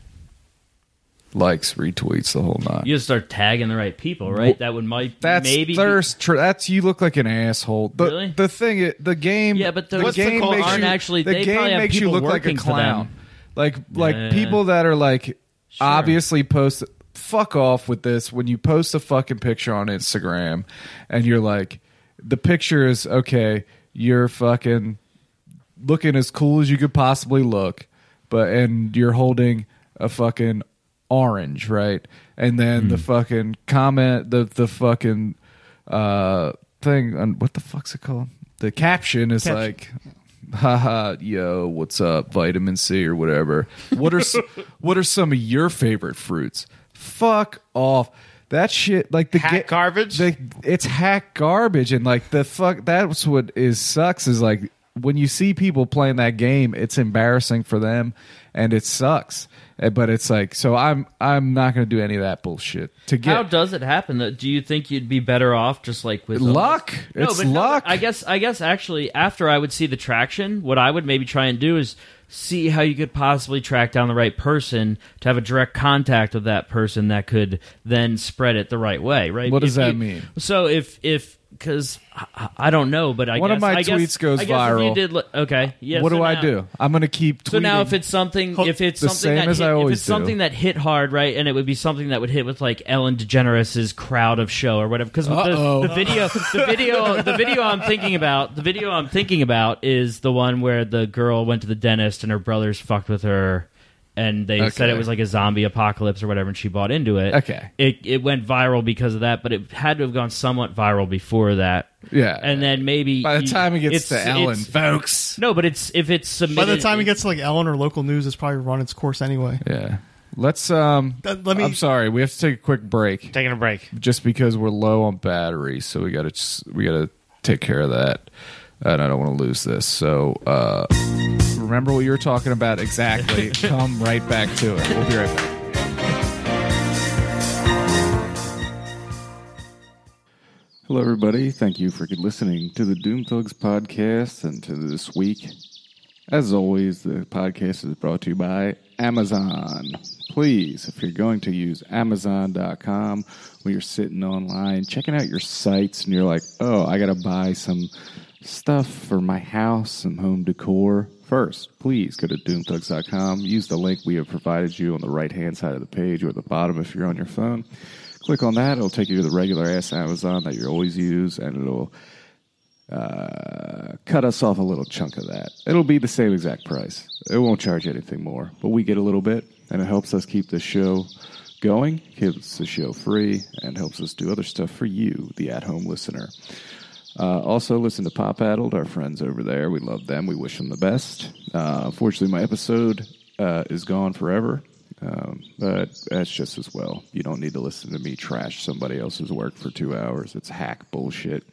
S1: likes, retweets, the whole nine.
S4: You just start tagging the right people, right? That would might
S1: That's
S4: maybe be-
S1: thirst. Tra- that's you look like an asshole. The,
S4: Really?
S1: the thing, i- the game.
S4: Yeah, but
S1: the
S4: those
S1: game
S4: people
S1: makes
S4: aren't
S1: you,
S4: actually-
S1: The
S4: they probably
S1: game
S4: have
S1: makes you
S4: people
S1: look like a
S4: working for them.
S1: clown. Like like
S4: Yeah.
S1: people that are like
S4: Sure.
S1: obviously post. Fuck off with this. When you post a fucking picture on Instagram, and you're like, the picture is okay. You're fucking looking as cool as you could possibly look, but and you're holding a fucking orange, right? And then the fucking comment, the the fucking uh thing on what the fuck's it called? The caption is
S2: Caption.
S1: like haha yo what's up vitamin c or whatever what are s- what are some of your favorite fruits fuck off that shit like the
S3: Hack
S1: ga-
S3: garbage?
S1: the, it's hack garbage and like the fuck that's what is sucks is like when you see people playing that game it's embarrassing for them and it sucks Uh, but it's like so i'm i'm not gonna do any of that bullshit to
S4: How
S1: get
S4: does it happen? Though? Do you think you'd be better off just like with
S1: Luck. It's luck.
S4: I guess. I guess actually, after I would see the traction, what I would maybe try and do is see how you could possibly track down the right person to have a direct contact with that person that could then spread it the right way. Right?
S1: What does
S4: If
S1: that
S4: you-
S1: mean?
S4: So if if because I, I don't know, but I
S1: One of
S4: guess-
S1: my
S4: I guess-
S1: tweets goes
S4: I guess if you
S1: viral.
S4: did li- okay. Yeah,
S1: what
S4: so
S1: do i
S4: now-
S1: do i'm gonna keep tweeting
S4: so now, if it's something, if it's
S1: The
S4: something
S1: same
S4: that
S1: as I
S4: hit, if
S1: always
S4: it's something
S1: do.
S4: that hit hard, right, and it would be something that would hit with like Ellen DeGeneres' crowd of show or whatever, because the, the video, the video, the video I'm thinking about, the video I'm thinking about is the one where the girl went to the dentist and her brothers fucked with her, and they said it
S1: Okay.
S4: was like a zombie apocalypse or whatever, and she bought into it.
S1: Okay.
S4: it it went viral because of that, but it had to have gone somewhat viral before that.
S1: Yeah.
S4: and then maybe
S1: by the
S4: you-
S1: time it gets
S4: it's-
S1: to ellen
S4: it's-
S1: folks
S4: no, but it's if it's submitted.
S2: By the time it gets to like Ellen or local news, it's probably run its course anyway.
S1: Yeah. Let's um
S2: Uh, let me-
S1: I'm sorry, we have to take a quick break
S3: Taking a break.
S1: just because we're low on batteries, so we got to we got to take care of that. And I don't want to lose this. So, uh remember what you were talking about exactly. Come right back to it. We'll be right back. Hello, everybody. Thank you for listening to the Doom Thugs podcast and to this week. As always, the podcast is brought to you by Amazon. Please, if you're going to use Amazon.com when you're sitting online, checking out your sites, and you're like, oh, I got to buy some stuff for my house, some home decor. First, please go to doomthugs.com. Use the link we have provided you on the right hand side of the page or at the bottom if you're on your phone. Click on that, it'll take you to the regular ass Amazon that you always use, and it'll uh, cut us off a little chunk of that. It'll be the same exact price. It won't charge anything more, but we get a little bit, and it helps us keep the show going, keeps the show free, and helps us do other stuff for you, the at home listener. Uh, also, listen to Pop Addled, our friends over there. We love them. We wish them the best. Uh, unfortunately, my episode uh, is gone forever, um, but that's just as well. You don't need to listen to me trash somebody else's work for two hours. It's hack bullshit.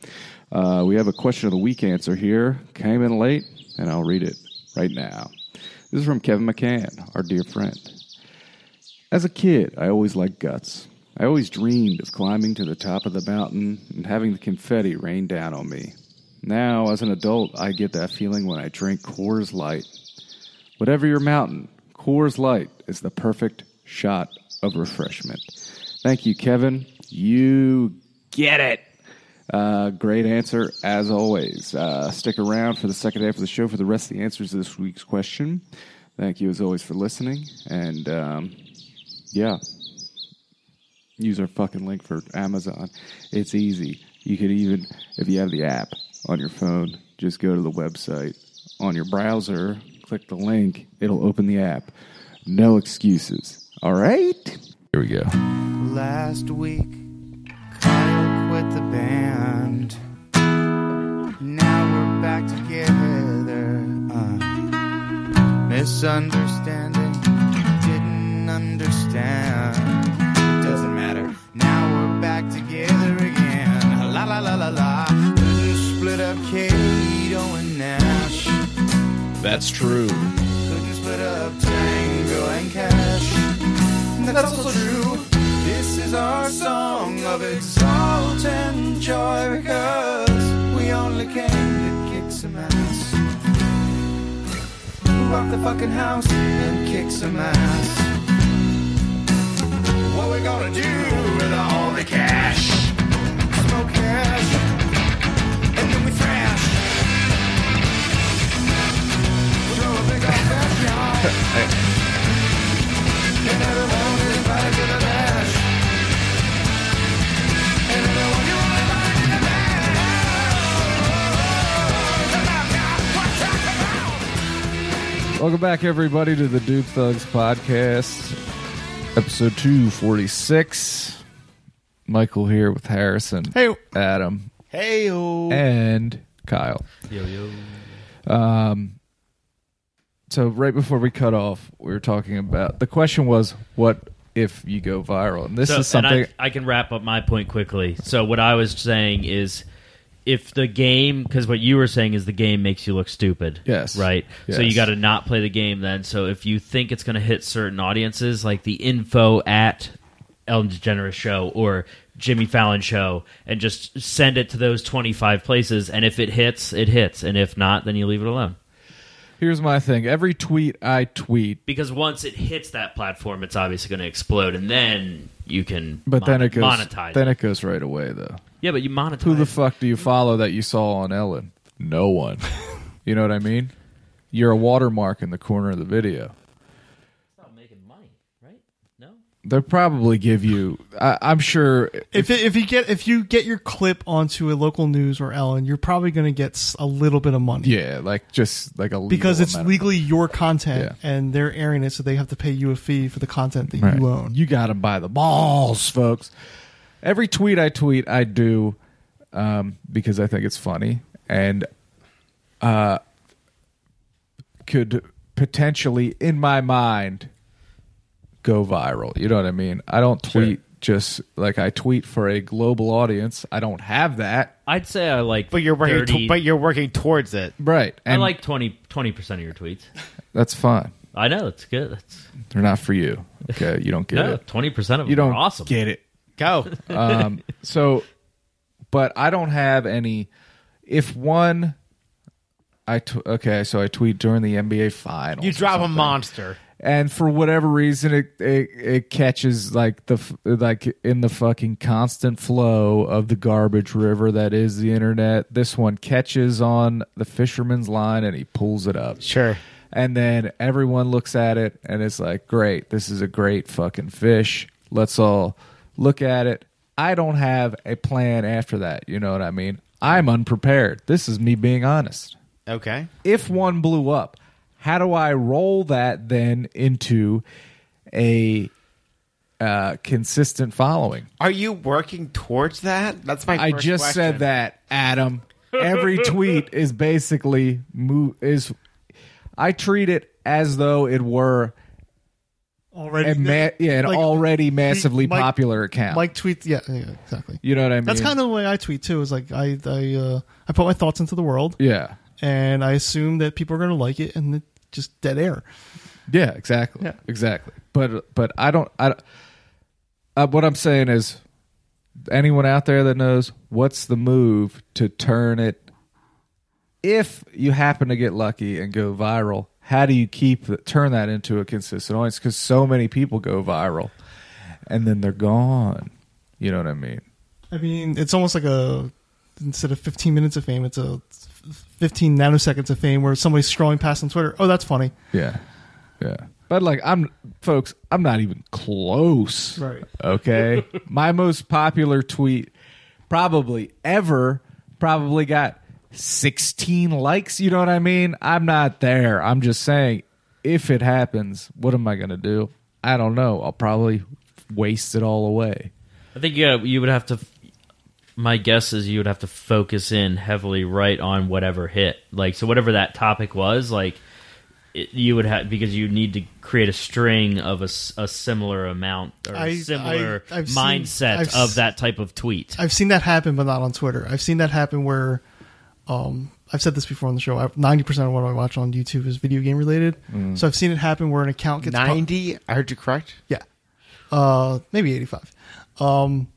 S1: Uh, we have a question of the week answer here. Came in late, and I'll read it right now. This is from Kevin McCann, our dear friend. As a kid, I always liked guts. I always dreamed of climbing to the top of the mountain and having the confetti rain down on me. Now, as an adult, I get that feeling when I drink Coors Light. Whatever your mountain, Coors Light is the perfect shot of refreshment. Thank you, Kevin. You get it. Uh, great answer, as always. Uh, stick around for the second half of the show for the rest of the answers to this week's question. Thank you, as always, for listening. And um, yeah, use our fucking link for Amazon. It's easy. You could even, if you have the app on your phone, just go to the website on your browser, click the link, it'll open the app. No excuses. All right? Here we go.
S6: Last week, Kyle quit the band. Now we're back together. Uh, misunderstanding did down. Doesn't matter. Now we're back together again. La la la la la. Couldn't split up Cato and Nash.
S1: That's true.
S6: Couldn't split up Tango and Cash. That's also true. This is our song of exalt and joy because we only came to kick some ass. Rock the fucking house and kick some ass. What we gonna do with all the cash? Smoke hash, and then we thrash. Throw a big old backyard. And everyone invited to the bash. And everyone you want invited to the
S1: Welcome back, everybody, to the Duke Thugs podcast, episode 246. Michael here with Harrison,
S2: Hey,
S1: Adam,
S3: Hey, oh.
S1: and Kyle. Um,
S4: Yo yo.
S1: So, right before we cut off, we were talking about the question was, what if you go viral? And this
S4: So,
S1: is something.
S4: And I, I can wrap up my point quickly. So what I was saying is, if the game, because what you were saying is the game makes you look stupid.
S1: Yes.
S4: Right. So
S1: Yes.
S4: you got to not play the game then. So if you think it's going to hit certain audiences, like the info at Ellen DeGeneres show or Jimmy Fallon show, and just send it to those twenty five places. And if it hits, it hits. And if not, then you leave it alone.
S1: here's my thing every tweet I tweet
S4: Because once it hits that platform, it's obviously going to explode, and then you can
S1: But then
S4: mon-
S1: it goes.
S4: monetize.
S1: Then
S4: it.
S1: it goes right away, though.
S4: yeah, but you monetize.
S1: Who the
S4: it.
S1: fuck do you follow that you saw on Ellen? No one. you know what I mean? You're a watermark in the corner of the video.
S4: about making money, right? No.
S1: They'll probably give you. I, I'm sure.
S2: if it, if you get if you get your clip onto a local news or Ellen, you're probably going to get s- a little bit of money
S1: Yeah, like just like a legal
S2: because it's
S1: amount of-
S2: legally your content
S1: Yeah.
S2: and they're airing it, so they have to pay you a fee for the content that
S1: Right.
S2: you own.
S1: You got them by the balls, folks. Every tweet I tweet, I do um, because I think it's funny and uh, could potentially, in my mind, go viral. You know what I mean? I don't tweet just like I tweet for a global audience. I don't have that.
S4: I'd say I like.
S3: But you're working.
S4: 30
S3: To, but you're working towards it.
S1: Right.
S4: I
S1: And
S4: like 20 percent of your tweets.
S1: that's fine.
S4: I know that's good. That's
S1: They're not for you. Okay. You don't get
S4: no
S1: it.
S4: twenty percent of them
S1: You don't
S4: are awesome.
S1: get it.
S3: Go.
S1: um, so but i don't have any if one i t- okay so i tweet during the nba finals
S3: You
S1: or
S3: drop a
S1: something.
S3: monster.
S1: and for whatever reason it, it it catches like the f- like in the fucking constant flow of the garbage river that is the internet this one catches on the fisherman's line and he pulls it up
S3: Sure.
S1: and then everyone looks at it and it's like, great, this is a great fucking fish. Let's all look at it. I don't have a plan after that. You know what I mean? I'm unprepared. This is me being honest.
S3: Okay.
S1: If one blew up, how do I roll that then into a uh, consistent following?
S3: Are you working towards that? That's my.
S1: I
S3: first
S1: just
S3: question.
S1: said that, Adam. Every tweet is basically mo- is I treat it as though it were
S2: Already,
S1: a ma- yeah, an
S2: like,
S1: already massively
S2: Mike-
S1: popular account.
S2: Mike tweets. Yeah, yeah, exactly.
S1: you know what I mean?
S2: That's kind of the way I tweet too. Is like I I uh, I put my thoughts into the world
S1: yeah,
S2: and I assume that people are going to like it and it just dead air.
S1: yeah, exactly,
S2: Yeah.
S1: exactly. But but I don't. I don't- uh, what I'm saying is, anyone out there that knows what's the move to turn it. If you happen to get lucky and go viral, how do you keep the, turn that into a consistent audience? Because so many people go viral, and then they're gone. You know what I mean?
S2: I mean, it's almost like a instead of 15 minutes of fame, it's a 15 nanoseconds of fame where somebody's scrolling past on Twitter. Oh, that's funny.
S1: Yeah. Yeah. But like I'm folks, I'm not even close.
S2: Right.
S1: Okay. My most popular tweet probably ever probably got 16 likes, you know what I mean? I'm not there. I'm just saying if it happens, what am I going to do? I don't know. I'll probably waste it all away.
S4: I think yeah, you would have to. My guess is you would have to focus in heavily right on whatever hit, like so whatever that topic was, like it, you would have because you need to create a string of a, s- a similar amount or
S2: I- I-
S4: similar
S2: I've seen-
S4: mindset
S2: I've
S4: of
S2: s-
S4: that type of tweet.
S2: I've seen that happen, but not on Twitter. I've seen that happen where, um, I've said this before on the show. Ninety percent of what I watch on YouTube is video game related. So I've seen it happen where an account gets pu-
S3: 90? I heard you correct.
S2: yeah, uh, maybe eighty-five. Um,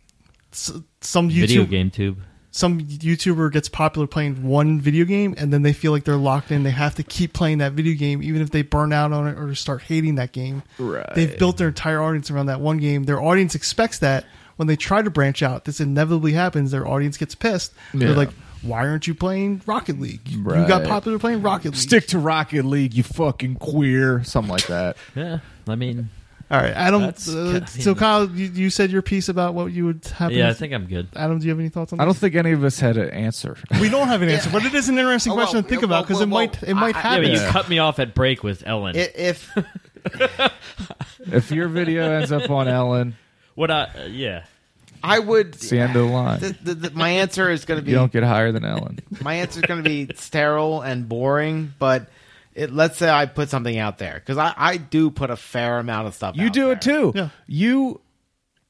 S2: s- some YouTube
S4: Video game tube.
S2: some YouTuber gets popular playing one video game, and then they feel like they're locked in. They have to keep playing that video game, even if they burn out on it or start hating that game.
S1: Right.
S2: They've built their entire audience around that one game. Their audience expects that. When they try to branch out, this inevitably happens. Their audience gets pissed.
S1: Yeah.
S2: They're like, "Why aren't you playing Rocket League? You- You
S1: Right.
S2: got popular playing Rocket League."
S1: Stick to Rocket League, you fucking queer, something like that.
S4: Yeah, I mean,
S2: All right, Adam.
S4: That's-
S2: uh, so, Kyle, you, you said your piece about what you would happen.
S4: yeah, I think I'm good.
S2: Adam, do you have any thoughts on?
S1: I
S2: that?
S1: don't think any of us had an answer.
S2: We don't have an answer, but it is an interesting
S3: Oh,
S2: question
S3: well,
S2: to think
S3: well,
S2: about because
S3: well,
S2: it
S3: well,
S2: might it might
S3: I- I-
S4: Yeah,
S2: happen.
S4: but you cut me off at break with Ellen.
S3: I- If
S1: if your video ends up on Ellen,
S4: what I uh, yeah.
S3: I would,
S1: it's the end of the line.
S3: the, the, the, my answer is going to be
S1: You don't get higher than Ellen.
S3: my answer is going to be sterile and boring. But it, let's say I put something out there because I, I do put a fair amount of stuff.
S1: You
S3: out
S1: do
S3: there.
S1: it too.
S2: Yeah.
S1: You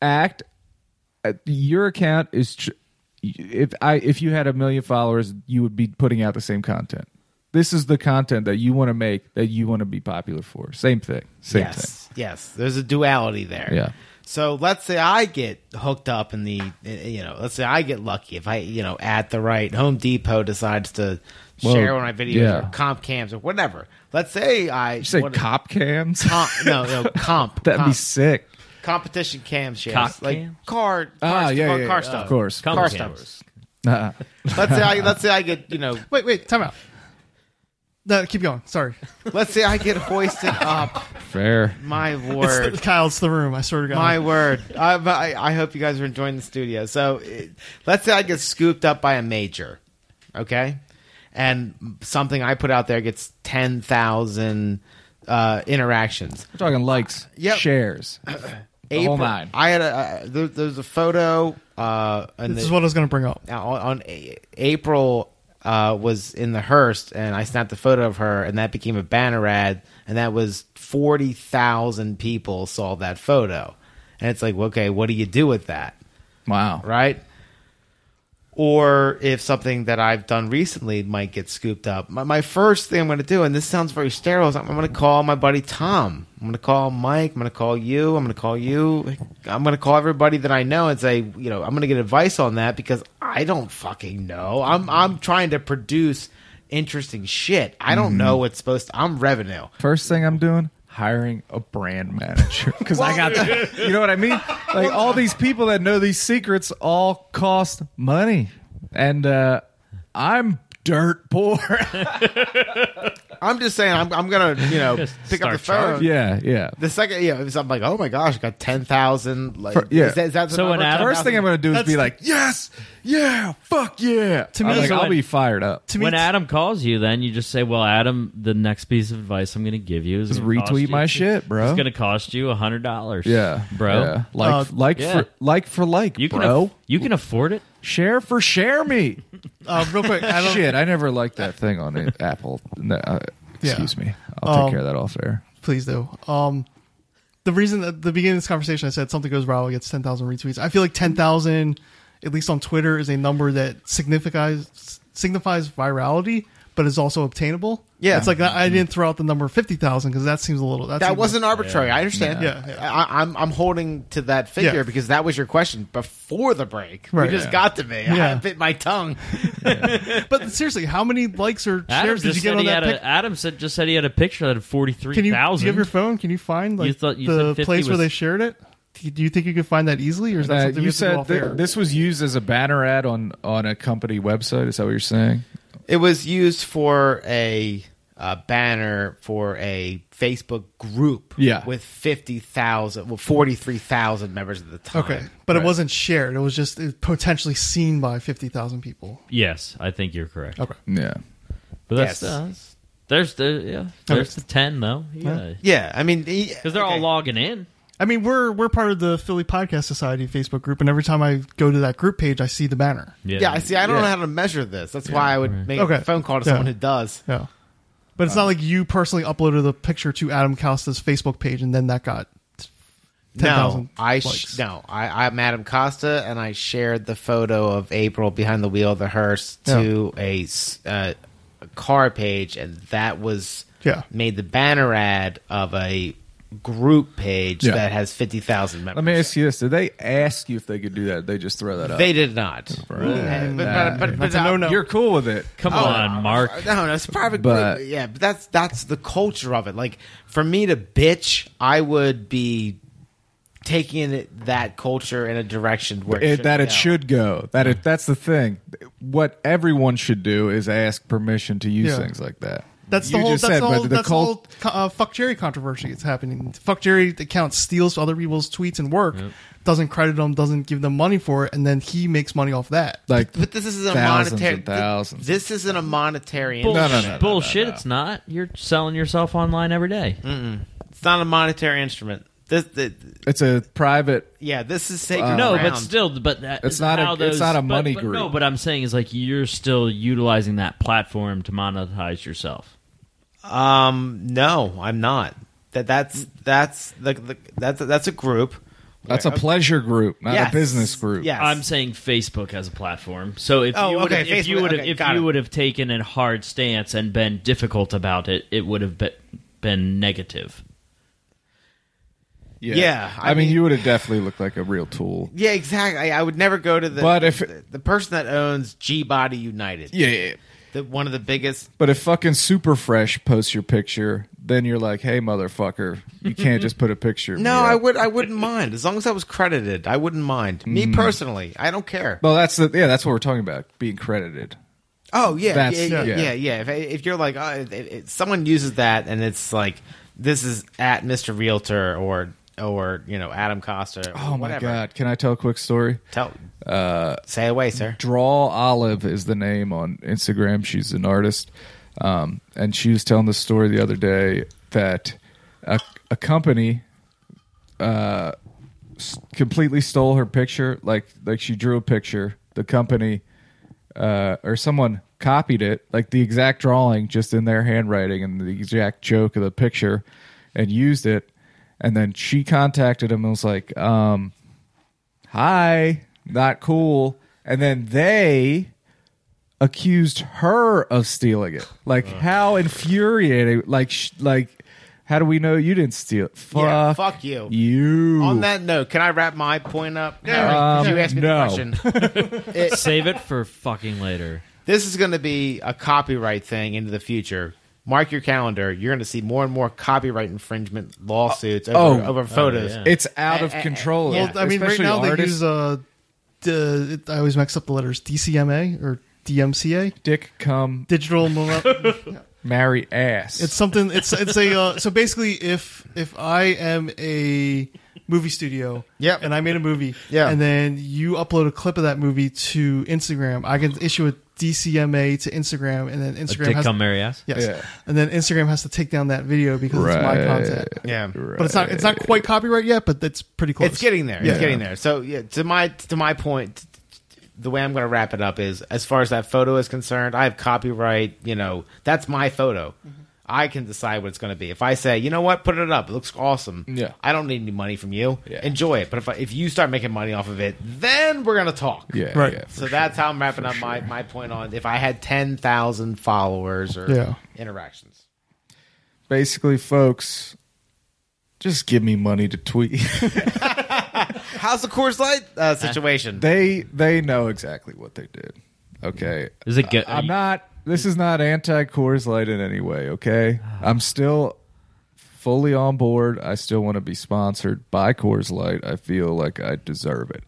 S1: act. uh, Your account is. tr- If I if you had a million followers, you would be putting out the same content. This is the content that you want to make that you want to be popular for. Same thing. Same thing.
S3: Yes, yes. There's a duality there.
S1: Yeah.
S3: So let's say I get hooked up in the, uh, you know, let's say I get lucky if I, you know, at the right Home Depot decides to
S1: Well,
S3: share one of my videos
S1: yeah.
S3: or comp cams or whatever. Let's say I
S1: You say
S3: what-
S1: cop cams?
S3: comp, no, no, comp.
S1: That'd be
S3: comp.
S1: sick.
S3: competition cam shares,
S4: Cock
S3: like
S4: cams?
S3: car, car,
S1: Ah, yeah,
S3: car,
S1: yeah,
S3: car
S1: yeah,
S3: stuff,
S1: of course.
S4: Comp
S3: car
S4: cams.
S3: stuff.
S1: Uh-uh.
S3: Let's say I, let's say I get, you know,
S2: Wait, wait, time out. No, keep going. Sorry,
S3: let's say I get hoisted up.
S1: Fair.
S3: My
S2: it's
S3: word,
S2: the, Kyle. It's the room. I swear to God.
S3: My word. I, I, I hope you guys are enjoying the studio. So it, let's say I get scooped up by a major, okay? And something I put out there gets 10,000 uh, interactions.
S1: We're talking likes,
S3: Yep.
S1: shares, the whole nine.
S3: I had a, uh, there, there's a photo. Uh, and
S2: this is what I was going to bring up.
S3: on, on A- April uh, was in the Hearst, and I snapped a photo of her, and that became a banner ad, and that was forty thousand people saw that photo, and it's like, okay, what do you do with that,
S1: Wow.
S3: right? Or if something that I've done recently might get scooped up, my, my first thing I'm going to do, and this sounds very sterile, is I'm, going to call my buddy Tom. I'm going to call Mike. I'm going to call you. I'm going to call you. I'm going to call everybody that I know and say, you know, I'm going to get advice on that because I don't fucking know. I'm I'm trying to produce interesting shit. I don't know what's supposed. to I'm revenue.
S1: First thing I'm doing, hiring a brand manager because I got the, you know what I mean. Like all these people that know these secrets all cost money, and uh, I'm dirt poor.
S3: I'm just saying. I'm I'm going to you know pick up the
S4: start
S3: phone.
S1: yeah, yeah.
S3: The second, yeah, it was, I'm like, oh my gosh, I got ten thousand. Like,
S1: For- yeah.
S3: is that, is that the
S4: So
S3: number?
S4: when Adam-
S1: First thing I'm gonna do is
S2: That's-
S1: be like, yes, yeah, fuck yeah. To
S2: me,
S1: like,
S4: so
S1: I'll
S4: when-
S1: be fired up.
S2: To me,
S4: When
S2: it's-
S4: Adam calls you, then you just say, "Well, Adam, the next piece of advice I'm going to give you is
S1: Just
S4: gonna cost
S1: retweet
S4: you-
S1: my shit, bro.
S4: It's going to cost you a hundred dollars,
S1: Yeah,
S4: bro.
S1: yeah. Like,
S2: Uh,
S1: like,
S4: yeah.
S1: for, like for like,
S4: You can
S1: bro.
S4: aff- you can afford it.
S1: share for share me.
S2: uh, real quick, Adam,
S1: Shit, I never liked that thing on it, Apple. No, uh,
S2: Yeah.
S1: excuse me. I'll take
S2: Um,
S1: care of that off air.
S2: please do. Um, the reason at the beginning of this conversation, I said something goes viral gets ten thousand retweets. I feel like ten thousand, at least on Twitter, is a number that signifies signifies virality, but is also obtainable.
S3: Yeah.
S2: it's like I, I didn't throw out the number fifty thousand because that seems a little that,
S3: that
S2: seems-
S3: wasn't arbitrary. I understand.
S2: Yeah. Yeah, yeah.
S3: I, I'm I'm holding to that figure
S2: Yeah.
S3: because that was your question before the break.
S2: Right.
S3: You just
S2: Yeah.
S3: got to me. I
S2: Yeah.
S3: bit my tongue.
S2: But seriously, how many likes or
S4: Adam
S2: shares did
S4: just
S2: you get
S4: said
S2: on
S4: he
S2: that
S4: had
S2: picture?
S4: a, Adam said just said he had a picture that had forty
S2: Can
S4: three
S2: you, do you have your
S4: thousand.
S2: phone? Can you find like
S4: thought- you said
S2: the
S4: 50
S2: place where
S4: was-
S2: they shared it? Do you- Do you think you could find that easily, or is that
S1: Uh,
S2: something we
S1: you
S2: have to do
S1: said
S2: off
S1: thi-
S2: air?
S1: this was used as a banner ad on on a company website. Is that what you're saying?
S3: It was used for a, uh banner for a Facebook group.
S1: Yeah.
S3: with fifty thousand, well, forty three thousand members at the time.
S2: Okay, but
S1: Right.
S2: it wasn't shared. It was just it potentially seen by fifty thousand people.
S4: Yes, I think you're correct.
S2: Okay,
S1: Yeah.
S4: But that's,
S3: Yes.
S4: uh, that's- there's the yeah, there's the ten though. Yeah, because
S3: Yeah, I mean, because
S4: they're all logging in.
S2: I mean we're we're part of the Philly Podcast Society Facebook group, and every time I go to that group page, I see the banner.
S3: Yeah, I see. I don't know how to measure this. That's why I would make
S2: Okay.
S3: a phone call to
S2: Yeah.
S3: someone who does.
S2: Yeah, But it's not like you personally uploaded the picture to Adam Costa's Facebook page and then that got
S3: No,
S2: 10,000
S3: I sh-
S2: likes.
S3: no, I, I'm Adam Costa, and I shared the photo of April behind the wheel of the hearse to a s a, uh, a car page, and that was
S2: Yeah.
S3: made the banner ad of a group page
S1: Yeah.
S3: that has fifty thousand members.
S1: Let me ask you this: Did they ask you if they could do that? They just throw that up.
S3: They did not. But,
S1: uh,
S3: but, but, but,
S2: That's a no-no.
S1: You're cool with it.
S4: Come
S3: Oh,
S4: on, Mark.
S3: No, no, it's a private
S1: But-
S3: group. Yeah, but that's that's the culture of it. Like for me to bitch, I would be taking it, that culture in a direction where
S1: It, that it
S3: go.
S1: should go. That it, that's the thing. What everyone should do is ask permission to use
S2: Yeah.
S1: things like that.
S2: That's the
S1: You
S2: whole. That's
S1: just said,
S2: the
S1: but
S2: whole. that's
S1: cult-
S2: the whole uh, fuck Jerry controversy. It's happening. Fuck Jerry account steals other people's tweets and work, doesn't credit them, doesn't give them money for it, and then he makes money off that.
S1: like
S3: But this isn't a
S1: thousands
S3: monetary.
S1: and thousands.
S3: This isn't a monetary.
S4: Bullsh-
S1: no,
S3: instrument.
S1: no, no, no,
S4: bullshit.
S1: no.
S4: It's not. You're selling yourself online every day.
S3: It's not a monetary instrument. This, the,
S1: it's a private
S3: yeah, this is sacred.
S4: No, but
S3: ground.
S4: still, but that
S1: It's
S4: is
S1: not a-
S4: how
S1: it's
S4: those,
S1: not a
S4: but-
S1: money
S4: but
S1: group.
S4: No, but I'm saying is like you're still utilizing that platform to monetize yourself.
S3: um, no, I'm not. That that's that's the, the that's that's a group.
S1: that's a pleasure group, not
S3: Yes.
S1: a business group.
S3: Yes.
S4: I'm saying Facebook as a platform. So if
S3: Oh,
S4: you would
S3: okay,
S4: have, if you
S3: Facebook,
S4: would have
S3: okay,
S4: if
S3: got
S4: you
S3: it.
S4: would have taken a hard stance and been difficult about it, it would have been, been negative.
S3: Yeah,
S1: I,
S3: I
S1: mean,
S3: mean-
S1: you would have definitely looked like a real tool.
S3: Yeah, exactly. I, I would never go to the
S1: But if-
S3: the, the person that owns G Body United,
S1: Yeah, yeah, yeah.
S3: the, one of the biggest.
S1: But if fucking Superfresh posts your picture, then you're like, "Hey, motherfucker, you can't just put a picture." of
S3: No,
S1: me up."
S3: I would I wouldn't mind as long as I was credited. I wouldn't mind. Me personally, I don't care.
S1: Well, that's the yeah. That's what we're talking about, being credited.
S3: Oh yeah,
S1: That's-
S3: yeah,
S1: yeah.
S3: yeah, yeah, yeah. If, if you're like, uh, if, if someone uses that and it's like, this is at Mr. Realtor or or you know Adam Costa. Or
S1: Oh my
S3: whatever.
S1: god! Uh, Can I tell a quick story?
S3: Tell, say away, sir.
S1: Draw Olive is the name on Instagram. She's an artist, um, and she was telling the story the other day that a, a company uh, s- completely stole her picture. Like like she drew a picture. The company uh, or someone copied it, like the exact drawing, just in their handwriting and the exact joke of the picture, and used it. And then she contacted him and was like, um, hi, not cool. And then they accused her of stealing it. Like how infuriating! Like sh- like how do we know you didn't steal it? Fuck,
S3: Yeah, fuck you.
S1: you.
S3: On that note, can I wrap my point up?
S1: Um,
S3: Harry, you asked me
S1: no.
S3: the question.
S4: Save it for fucking later.
S3: this is going to be a copyright thing into the future. Mark your calendar. You're going to see more and more copyright infringement lawsuits over,
S1: oh.
S3: over photos.
S4: yeah.
S1: it's out of
S3: Eh, eh, eh,
S1: control.
S3: yeah.
S2: I mean, right
S1: Especially
S2: now they
S1: artists.
S2: use uh, d- it- I always mix up the letters DCMA or DMCA,
S1: dick come
S2: digital. Mora-
S1: marry ass.
S2: It's something. It's it's a uh, so basically if if I am a movie studio,
S3: Yep.
S2: and I made a movie,
S3: Yeah.
S2: and then you upload a clip of that movie to Instagram, I can issue a DCMA to Instagram, and then Instagram
S4: Dick
S2: has
S4: come marry us.
S2: yes,
S1: Yeah.
S2: and then Instagram has to take down that video because it's my
S1: Right.
S2: content.
S3: Yeah.
S2: But it's not it's not quite copyright yet, but that's pretty close.
S3: It's getting there.
S1: Yeah.
S3: It's getting there. So yeah, to my to my point, t- t- the way I'm going to wrap it up is as far as that photo is concerned, I have copyright. You know, that's my photo.
S1: Mm-hmm.
S3: I can decide what it's going to be. If I say, you know what, put it up. It looks awesome.
S1: Yeah.
S3: I don't need any money from you.
S1: Yeah.
S3: Enjoy it. But if I, if you start making money off of it, then we're going to talk.
S1: yeah,
S2: Right.
S1: yeah, for
S3: So that's how I'm wrapping up my, my point on if I had 10,000 followers or
S2: Yeah.
S3: interactions.
S1: basically, folks, just give me money to tweet.
S3: How's the Coors Light uh, situation?
S1: they they know exactly what they did. Okay,
S4: Is it good?
S1: I'm not. This is not anti Coors Light in any way. Okay, I'm still fully on board. I still want to be sponsored by Coors Light. I feel like I deserve it.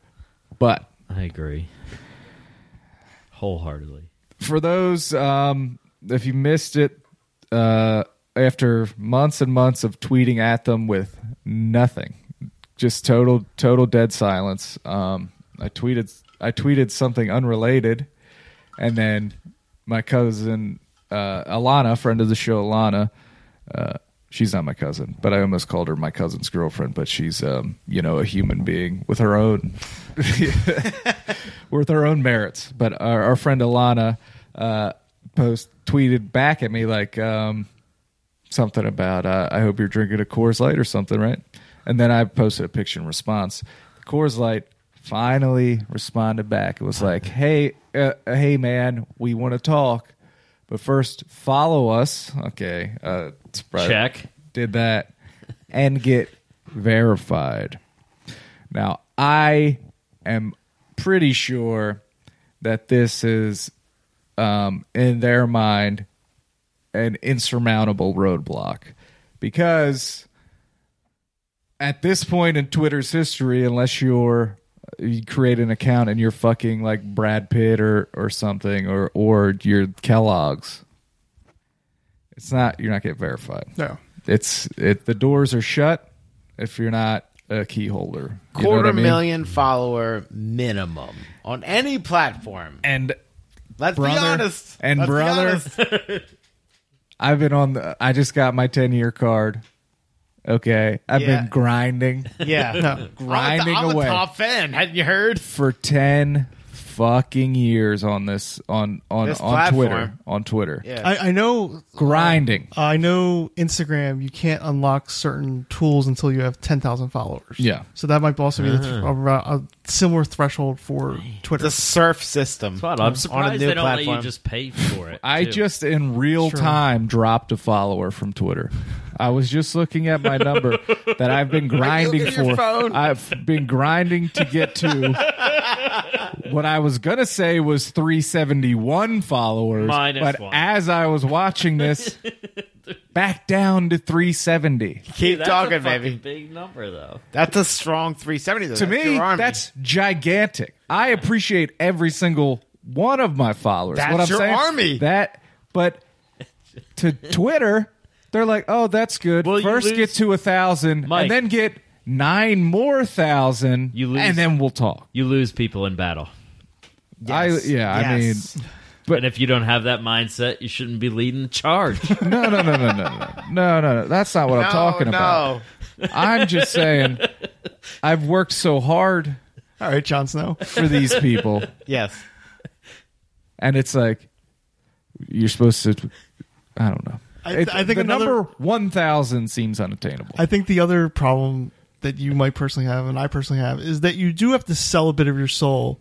S1: But
S4: I agree wholeheartedly.
S1: for those um, if you missed it uh, after months and months of tweeting at them with nothing just total total dead silence um, i tweeted i tweeted something unrelated and then my cousin uh, alana friend of the show alana uh, she's not my cousin but i almost called her my cousin's girlfriend but she's um, you know a human being with her own with her own merits. But our, our friend Alana uh, post tweeted back at me like, um, something about uh, I hope you're drinking a Coors Light or something, right? And then I posted a picture in response. Coors Light finally responded back. It was like, "Hey, uh, hey, man, we want to talk, but first follow us." Okay, uh, it's probably-
S4: Check.
S1: did that and get verified. Now, I am pretty sure that this is, um, in their mind, an insurmountable roadblock because at this point in Twitter's history, unless you're you create an account and you're fucking like Brad Pitt or or something or or you're Kellogg's, it's not you're not getting verified.
S2: No.
S1: It's it the doors are shut if you're not a key holder. You know what
S3: Quarter
S1: I mean?
S3: million follower minimum on any platform.
S1: and
S3: Let's be
S1: brother
S3: honest.
S1: and
S3: Let's be
S1: brother.
S3: honest.
S1: I've been on the I just got my 10 year card. Okay. I've
S3: Yeah.
S1: been grinding
S3: Yeah.
S1: grinding
S3: I'm a, I'm
S1: away.
S3: a top fan. Hadn't you heard?
S1: for 10 fucking years on this on on
S3: This
S1: on
S3: platform.
S1: Twitter, on Twitter.
S3: Yeah.
S2: I, I know
S1: Grinding.
S2: Uh, I know Instagram, you can't unlock certain tools until you have 10,000 followers.
S1: Yeah.
S2: So that might also be the th- a, a similar threshold for Twitter.
S3: the surf system.
S4: But
S3: on
S4: I'm
S3: a
S4: surprised
S3: new
S4: they don't let
S3: platform.
S4: you just pay for it.
S1: I
S4: too.
S1: just in real
S2: Sure.
S1: time dropped a follower from Twitter. I was just looking at my number that I've been grinding
S3: at
S1: for.
S3: your phone?
S1: I've been grinding to get to what I was gonna say was 371 followers,
S4: Minus
S1: but
S4: one.
S1: as I was watching this, back down to 370.
S3: keep
S4: Dude, that's a
S3: talking,
S4: fucking
S3: baby.
S4: Big number though.
S3: That's a strong 370. Though.
S1: to
S3: That's
S1: me,
S3: your army.
S1: that's gigantic. I appreciate every single one of my followers.
S3: That's
S1: what I'm
S3: your
S1: saying,
S3: army.
S1: That, but to Twitter, they're like, "Oh, that's good.
S4: Well, you
S1: First,
S4: lose-
S1: get to a thousand,
S4: Mike.
S1: and then get nine more thousand,
S4: You lose-
S1: and then we'll talk."
S4: You lose people in battle,
S1: I, yeah,
S3: Yes.
S1: I mean,
S4: and if you don't have that mindset, you shouldn't be leading the charge.
S1: no, no, no, no, no, no, no, no, no. That's not what
S3: no,
S1: I'm talking
S3: no.
S1: about. I'm just saying, I've worked so hard
S2: All right, Jon Snow.
S1: for these people.
S3: Yes.
S1: and it's like you're supposed to i don't know
S2: I-
S1: It's-
S2: I think
S1: the
S2: another-
S1: number 1000 seems unattainable
S2: I think the other problem that you might personally have, and I personally have, is that you do have to sell a bit of your soul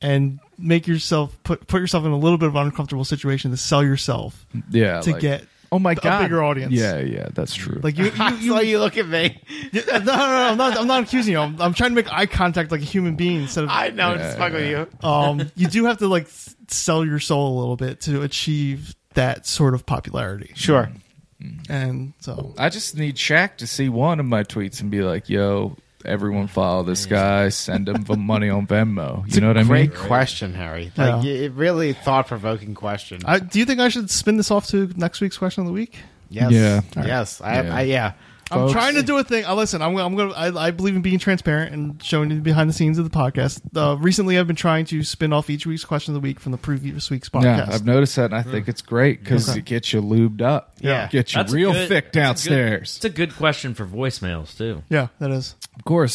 S2: and make yourself put put yourself in a little bit of an uncomfortable situation to sell yourself
S1: yeah
S2: to
S1: like-
S2: get
S1: oh my
S2: a
S1: god
S2: bigger audience.
S1: yeah yeah that's true
S2: like you.
S3: I saw you look at me.
S2: you no, no, no, I'm not. I'm not accusing you. I'm, I'm trying to make eye contact like a human being instead of
S3: I know. I'm just fucking with you.
S2: um, you do have to like s- sell your soul a little bit to achieve that sort of popularity.
S3: Sure.
S2: And so,
S1: i just need Shaq to see one of my tweets and be like yo everyone follow this guy send him the money on venmo you know what i mean
S3: Great question, Harry. Like
S2: Yeah.
S3: it really thought provoking question.
S2: I, do you think I should spin this off to next week's question of the week?
S3: yes.
S1: Yeah.
S3: Yes. I,
S1: Yeah.
S3: I, yeah.
S2: I'm
S1: Folks.
S2: trying to do a thing. Uh, listen, I'm, I'm gonna. I, I believe in being transparent and showing you the behind the scenes of the podcast. Uh, recently, I've been trying to spin off each week's question of the week from the previous week's
S1: yeah,
S2: podcast.
S1: I've noticed that, and I think it's great because it gets you lubed up.
S3: Yeah.
S1: get you
S4: That's a
S1: real
S4: good-
S1: thick
S4: that's a good-
S1: downstairs.
S4: It's a good question for voicemails too.
S2: yeah, that is.
S1: of course,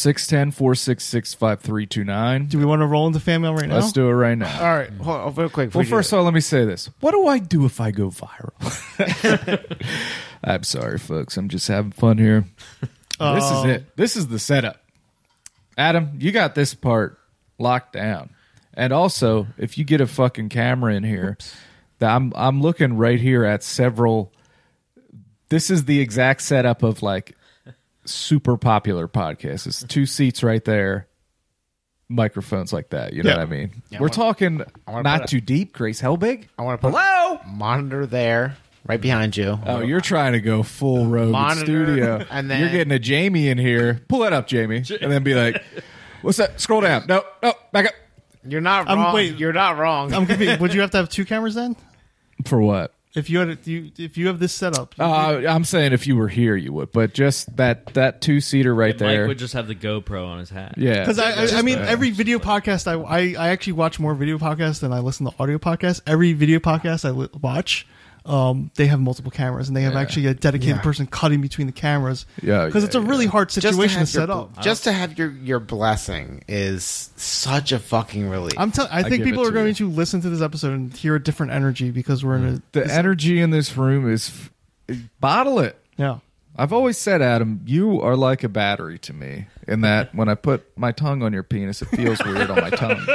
S1: 610-466-5329.
S2: Do we want to roll into fan mail right now?
S1: Let's do it right now.
S3: All right. Hold on, real quick.
S1: Well, first of all, let me say this. What do I do if I go viral? I'm sorry, folks. I'm just having fun here. this is
S2: Oh.
S1: it. This is the setup. Adam, you got this part locked down. And also, if you get a fucking camera in here, that I'm I'm looking right here at several. This is the exact setup of like super popular podcasts. It's two seats right there, microphones like that. You know
S2: Yeah.
S1: what I mean?
S3: Yeah, I
S1: We're
S3: wanna-
S1: talking
S3: wanna
S1: not
S3: put a-
S1: too deep. Grace Helbig.
S3: I want to put
S1: Hello.
S3: a monitor there, right behind you.
S2: Uh,
S1: Oh, you're trying to go full rogue
S3: Monitor,
S1: studio,
S3: and then-
S1: you're getting a Jamie in here. Pull that up, Jamie, and then be like, "What's that? Scroll down. No, no, back up."
S3: You're not
S2: I'm-
S3: wrong.
S2: wait.
S3: You're not wrong.
S2: I'm confused. Would you have to have two cameras then?
S1: For what?
S2: If you had, a, you, if you have this setup, you-
S1: Uh, I'm saying if you were here, you would, but just that that two seater right
S4: Mike
S1: there.
S4: would just have the GoPro on his hat.
S1: yeah,
S2: Because I, I, I mean, every video podcast I, I I actually watch more video podcasts than I listen to audio podcasts. Every video podcast I li- watch, um, they have multiple cameras and they have actually a dedicated
S3: Yeah.
S2: person cutting between the cameras.
S1: Yeah,
S2: because it's a
S1: yeah,
S2: really hard
S3: to
S2: situation to,
S3: have
S2: set
S3: your,
S2: up.
S3: Just to have your your blessing is such a fucking relief.
S2: I'm telling. I think
S1: give it
S2: people are
S1: to
S2: going
S1: you.
S2: to listen to this episode and hear a different energy because we're in a.
S1: the
S2: this-
S1: energy in this room is f- Bottle it.
S2: Yeah.
S1: I've always said, Adam, you are like a battery to me in that when I put my tongue on your penis, it feels weird on my tongue.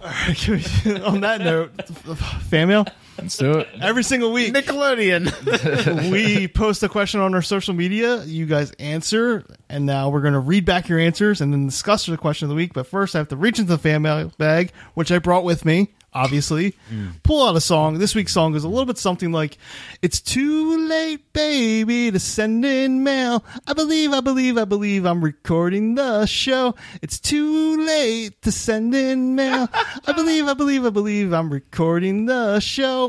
S2: On that note, fan mail.
S1: Let's do it.
S2: Every single week,
S3: Nickelodeon.
S2: we post a question on our social media. You guys answer, and now we're going to read back your answers and then discuss the question of the week. But first, I have to reach into the fan mail bag, which I brought with me, obviously. Pull out a song. This week's song is a little bit something like, "It's too late, baby, to send in mail. I believe, I believe, I believe I'm recording the show. It's too late to send in mail. I believe, I believe, I believe I'm recording the show."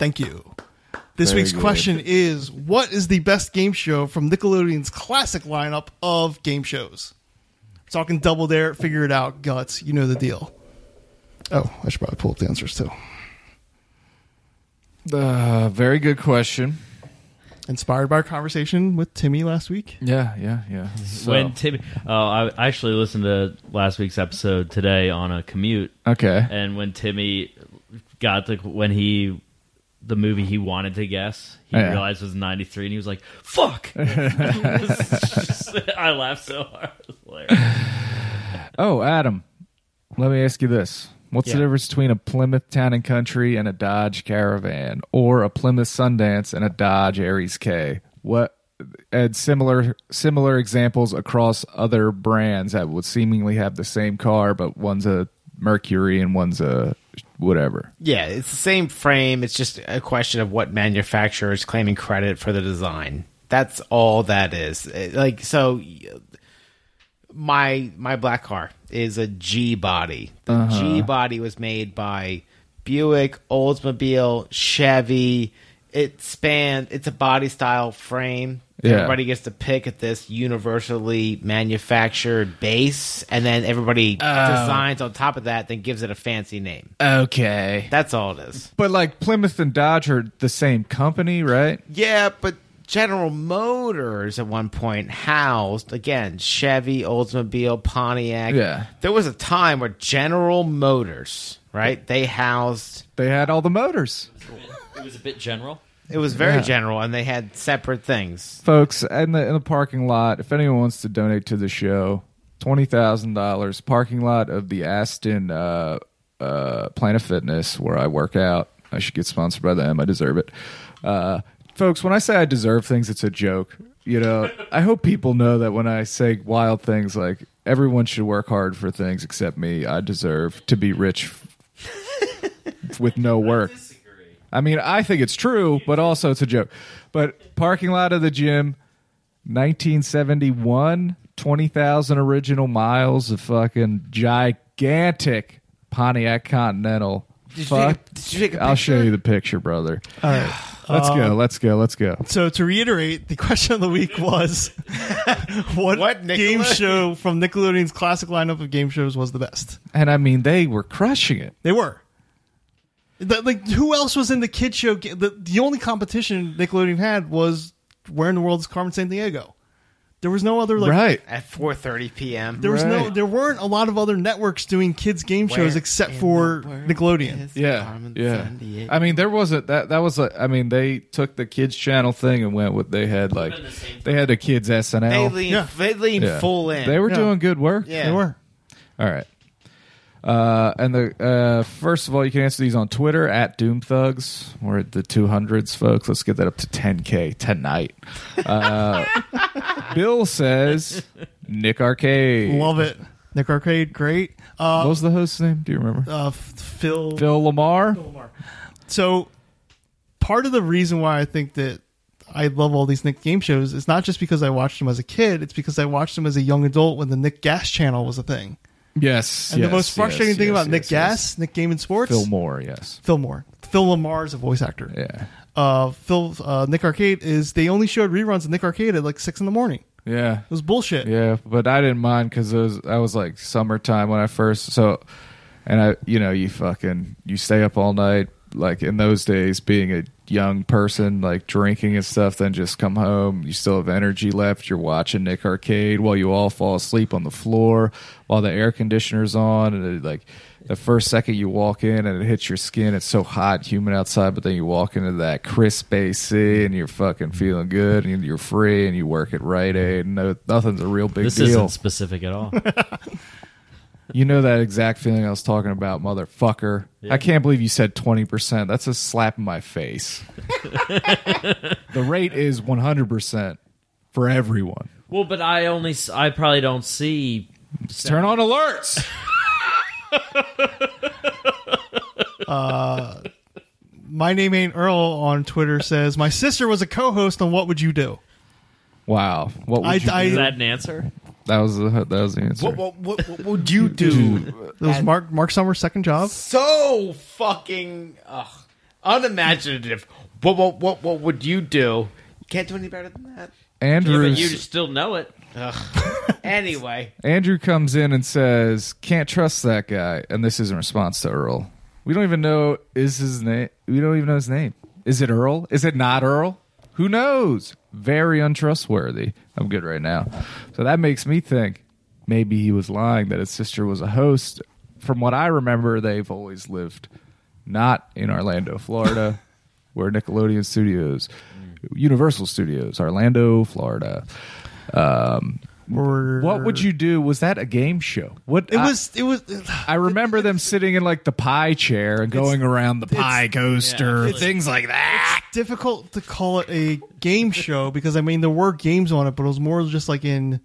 S2: Thank you. This
S1: Very
S2: week's
S1: good.
S2: question is What is the best game show from Nickelodeon's classic lineup of game shows? Talking Double Dare, Figure It Out, Guts, you know the deal. Oh, I should probably pull up the answers too.
S1: Uh, very good question.
S2: Inspired by our conversation with Timmy last week.
S1: Yeah, yeah, yeah. So-
S4: When Timmy, oh, I I actually listened to last week's episode today on a commute,
S1: okay.
S4: and when Timmy got the when he the movie he wanted to guess, he
S1: Oh, Yeah.
S4: realized was ninety three, and he was like, "Fuck!" I laughed so hard. It was hilarious.
S1: Oh, Adam, let me ask you this. What's the
S4: Yeah.
S1: difference between a Plymouth Town and Country and a Dodge Caravan or a Plymouth Sundance and a Dodge Aries K? What and similar similar examples across other brands that would seemingly have the same car but one's a Mercury and one's a whatever.
S3: yeah, it's the same frame. It's just a question of what manufacturer is claiming credit for the design. That's all that is. It- Like so, y- my my black car is a G body. The G body was made by Buick, Oldsmobile, Chevy. It spanned. It's a body style frame.
S1: Yeah.
S3: Everybody gets to pick at this universally manufactured base, and then everybody designs on top of that, then gives it a fancy name.
S1: Okay.
S3: That's all it is.
S1: But like Plymouth and Dodge are the same company, right?
S3: Yeah, but General Motors at one point housed again Chevy, Oldsmobile, Pontiac.
S1: Yeah.
S3: there was a time where General Motors, right? They housed.
S1: They had all the motors.
S4: It was a bit general.
S3: It was very
S1: Yeah.
S3: general, and they had separate things.
S1: folks in the in the parking lot if anyone wants to donate to the show $20000 parking lot of the aston uh, uh, planet fitness where i work out i should get sponsored by them i deserve it uh, folks when i say i deserve things it's a joke you know i hope people know that when i say wild things like everyone should work hard for things except me i deserve to be rich with no work I mean, I think it's true, but also it's a joke. But parking lot of the gym, 1971, 20,000 original miles of fucking gigantic Pontiac Continental.
S3: Did you
S1: Fuck.
S3: take a- did you take a
S1: I'll show
S3: picture? Um,
S1: you the picture, brother.
S2: All right.
S1: Let's go. Let's go. Let's go.
S2: So to reiterate, the question of the week was what,
S3: What
S2: game
S3: Nickelodeon-
S2: show from Nickelodeon's classic lineup of game shows was the best?
S1: And I mean, they were crushing it.
S2: They were. That- like who else was in the kid show? ga- The, the only competition Nickelodeon had was "Where in the World is Carmen San Diego." There was no other like.
S1: right.
S3: At four thirty p.m.
S2: There was no.
S1: Right.
S2: There weren't a lot of other networks doing kids game shows
S3: Where
S2: except
S3: in
S2: for
S3: the world
S2: Nickelodeon.
S3: is
S1: Yeah.
S3: Carmen
S1: yeah.
S3: Sandiego?
S1: I mean, there wasn't that. That was a, I mean, they took the kids channel thing and went with they had like
S4: been the same
S1: they had the kids SNL.
S3: they lean,
S2: Yeah.
S3: they lean
S1: Yeah.
S3: full in.
S1: They were
S2: Yeah.
S1: doing good work.
S3: yeah.
S2: They were.
S1: All right. Uh, and the uh, first of all, you can answer these on Twitter at Doom Thugs. We're at the two hundreds, folks. Let's get that up to ten k tonight. Uh, Bill says Nick Arcade.
S2: Love it. Nick Arcade, great.
S1: what
S2: Uh,
S1: was the host's name? Do you remember?
S2: uh, Phil.
S1: Phil Lamar.
S2: So part of the reason why I think that I love all these Nick game shows is not just because I watched them as a kid. It's because I watched them as a young adult when the Nick Gas channel was a thing.
S1: Yes.
S2: And
S1: yes,
S2: the most frustrating
S1: yes,
S2: thing
S1: yes,
S2: about Nick
S1: yes, yes.
S2: Gass, Nick Game in Sports,
S1: Phil Moore. Yes.
S2: Phil Moore. Phil Lamar is a voice actor.
S1: Yeah.
S2: Uh, Phil uh, Nick Arcade is they only showed reruns of Nick Arcade at like six in the morning. It
S1: Yeah.
S2: was bullshit.
S1: Yeah, but I didn't mind because was, I was like summertime when I first so, and I you know you fucking you stay up all night like in those days being a young person like drinking and stuff then just come home you still have energy left you're watching Nick Arcade while you all fall asleep on the floor while the air conditioner's on and it, like the first second you walk in and it hits your skin, it's so hot, humid outside, but then you walk into that crisp AC and you're fucking feeling good and you're free and you work at Rite Aid. and No, nothing's a real big
S4: This
S1: deal.
S4: isn't specific at all.
S1: You know that exact feeling I was talking about, motherfucker. I can't believe you said 20%. That's a slap in my face. the rate is 100% for everyone.
S4: well, but I only s- I probably don't see.
S1: Turn on alerts.
S2: My name ain't Earl on Twitter says my sister was a co-host on What Would You Do?
S1: Wow. What would
S2: I-
S1: you
S2: I-
S1: do?
S4: Is that an answer?
S1: That was the, that was the answer.
S3: What, what, what, what would you do?
S2: It was Mark Mark Summers' second job.
S3: so fucking ugh, unimaginative. What, what, what, what would you do? You can't do any better than that.
S4: Yeah, but
S1: Andrews,
S4: you just still know it.
S3: Anyway,
S1: Andrew comes in and says, "Can't trust that guy." And this is in response to Earl. We don't even know is his name. We don't even know his name. Is it Earl? Is it not Earl? Who knows? Very untrustworthy. I'm good right now. So that makes me think maybe he was lying that his sister was a host. From what I remember, they've always lived not in Orlando, Florida, where Nickelodeon Studios, Universal Studios, Orlando, Florida. Um,
S2: Or
S1: what would you do? Was that a game show? What
S2: It
S1: I-
S2: was. It was.
S1: I, remember them sitting in like the pie chair and going around the pie coaster, things like that.
S2: difficult to call it a game show because I mean there were games on it, but it was more just like in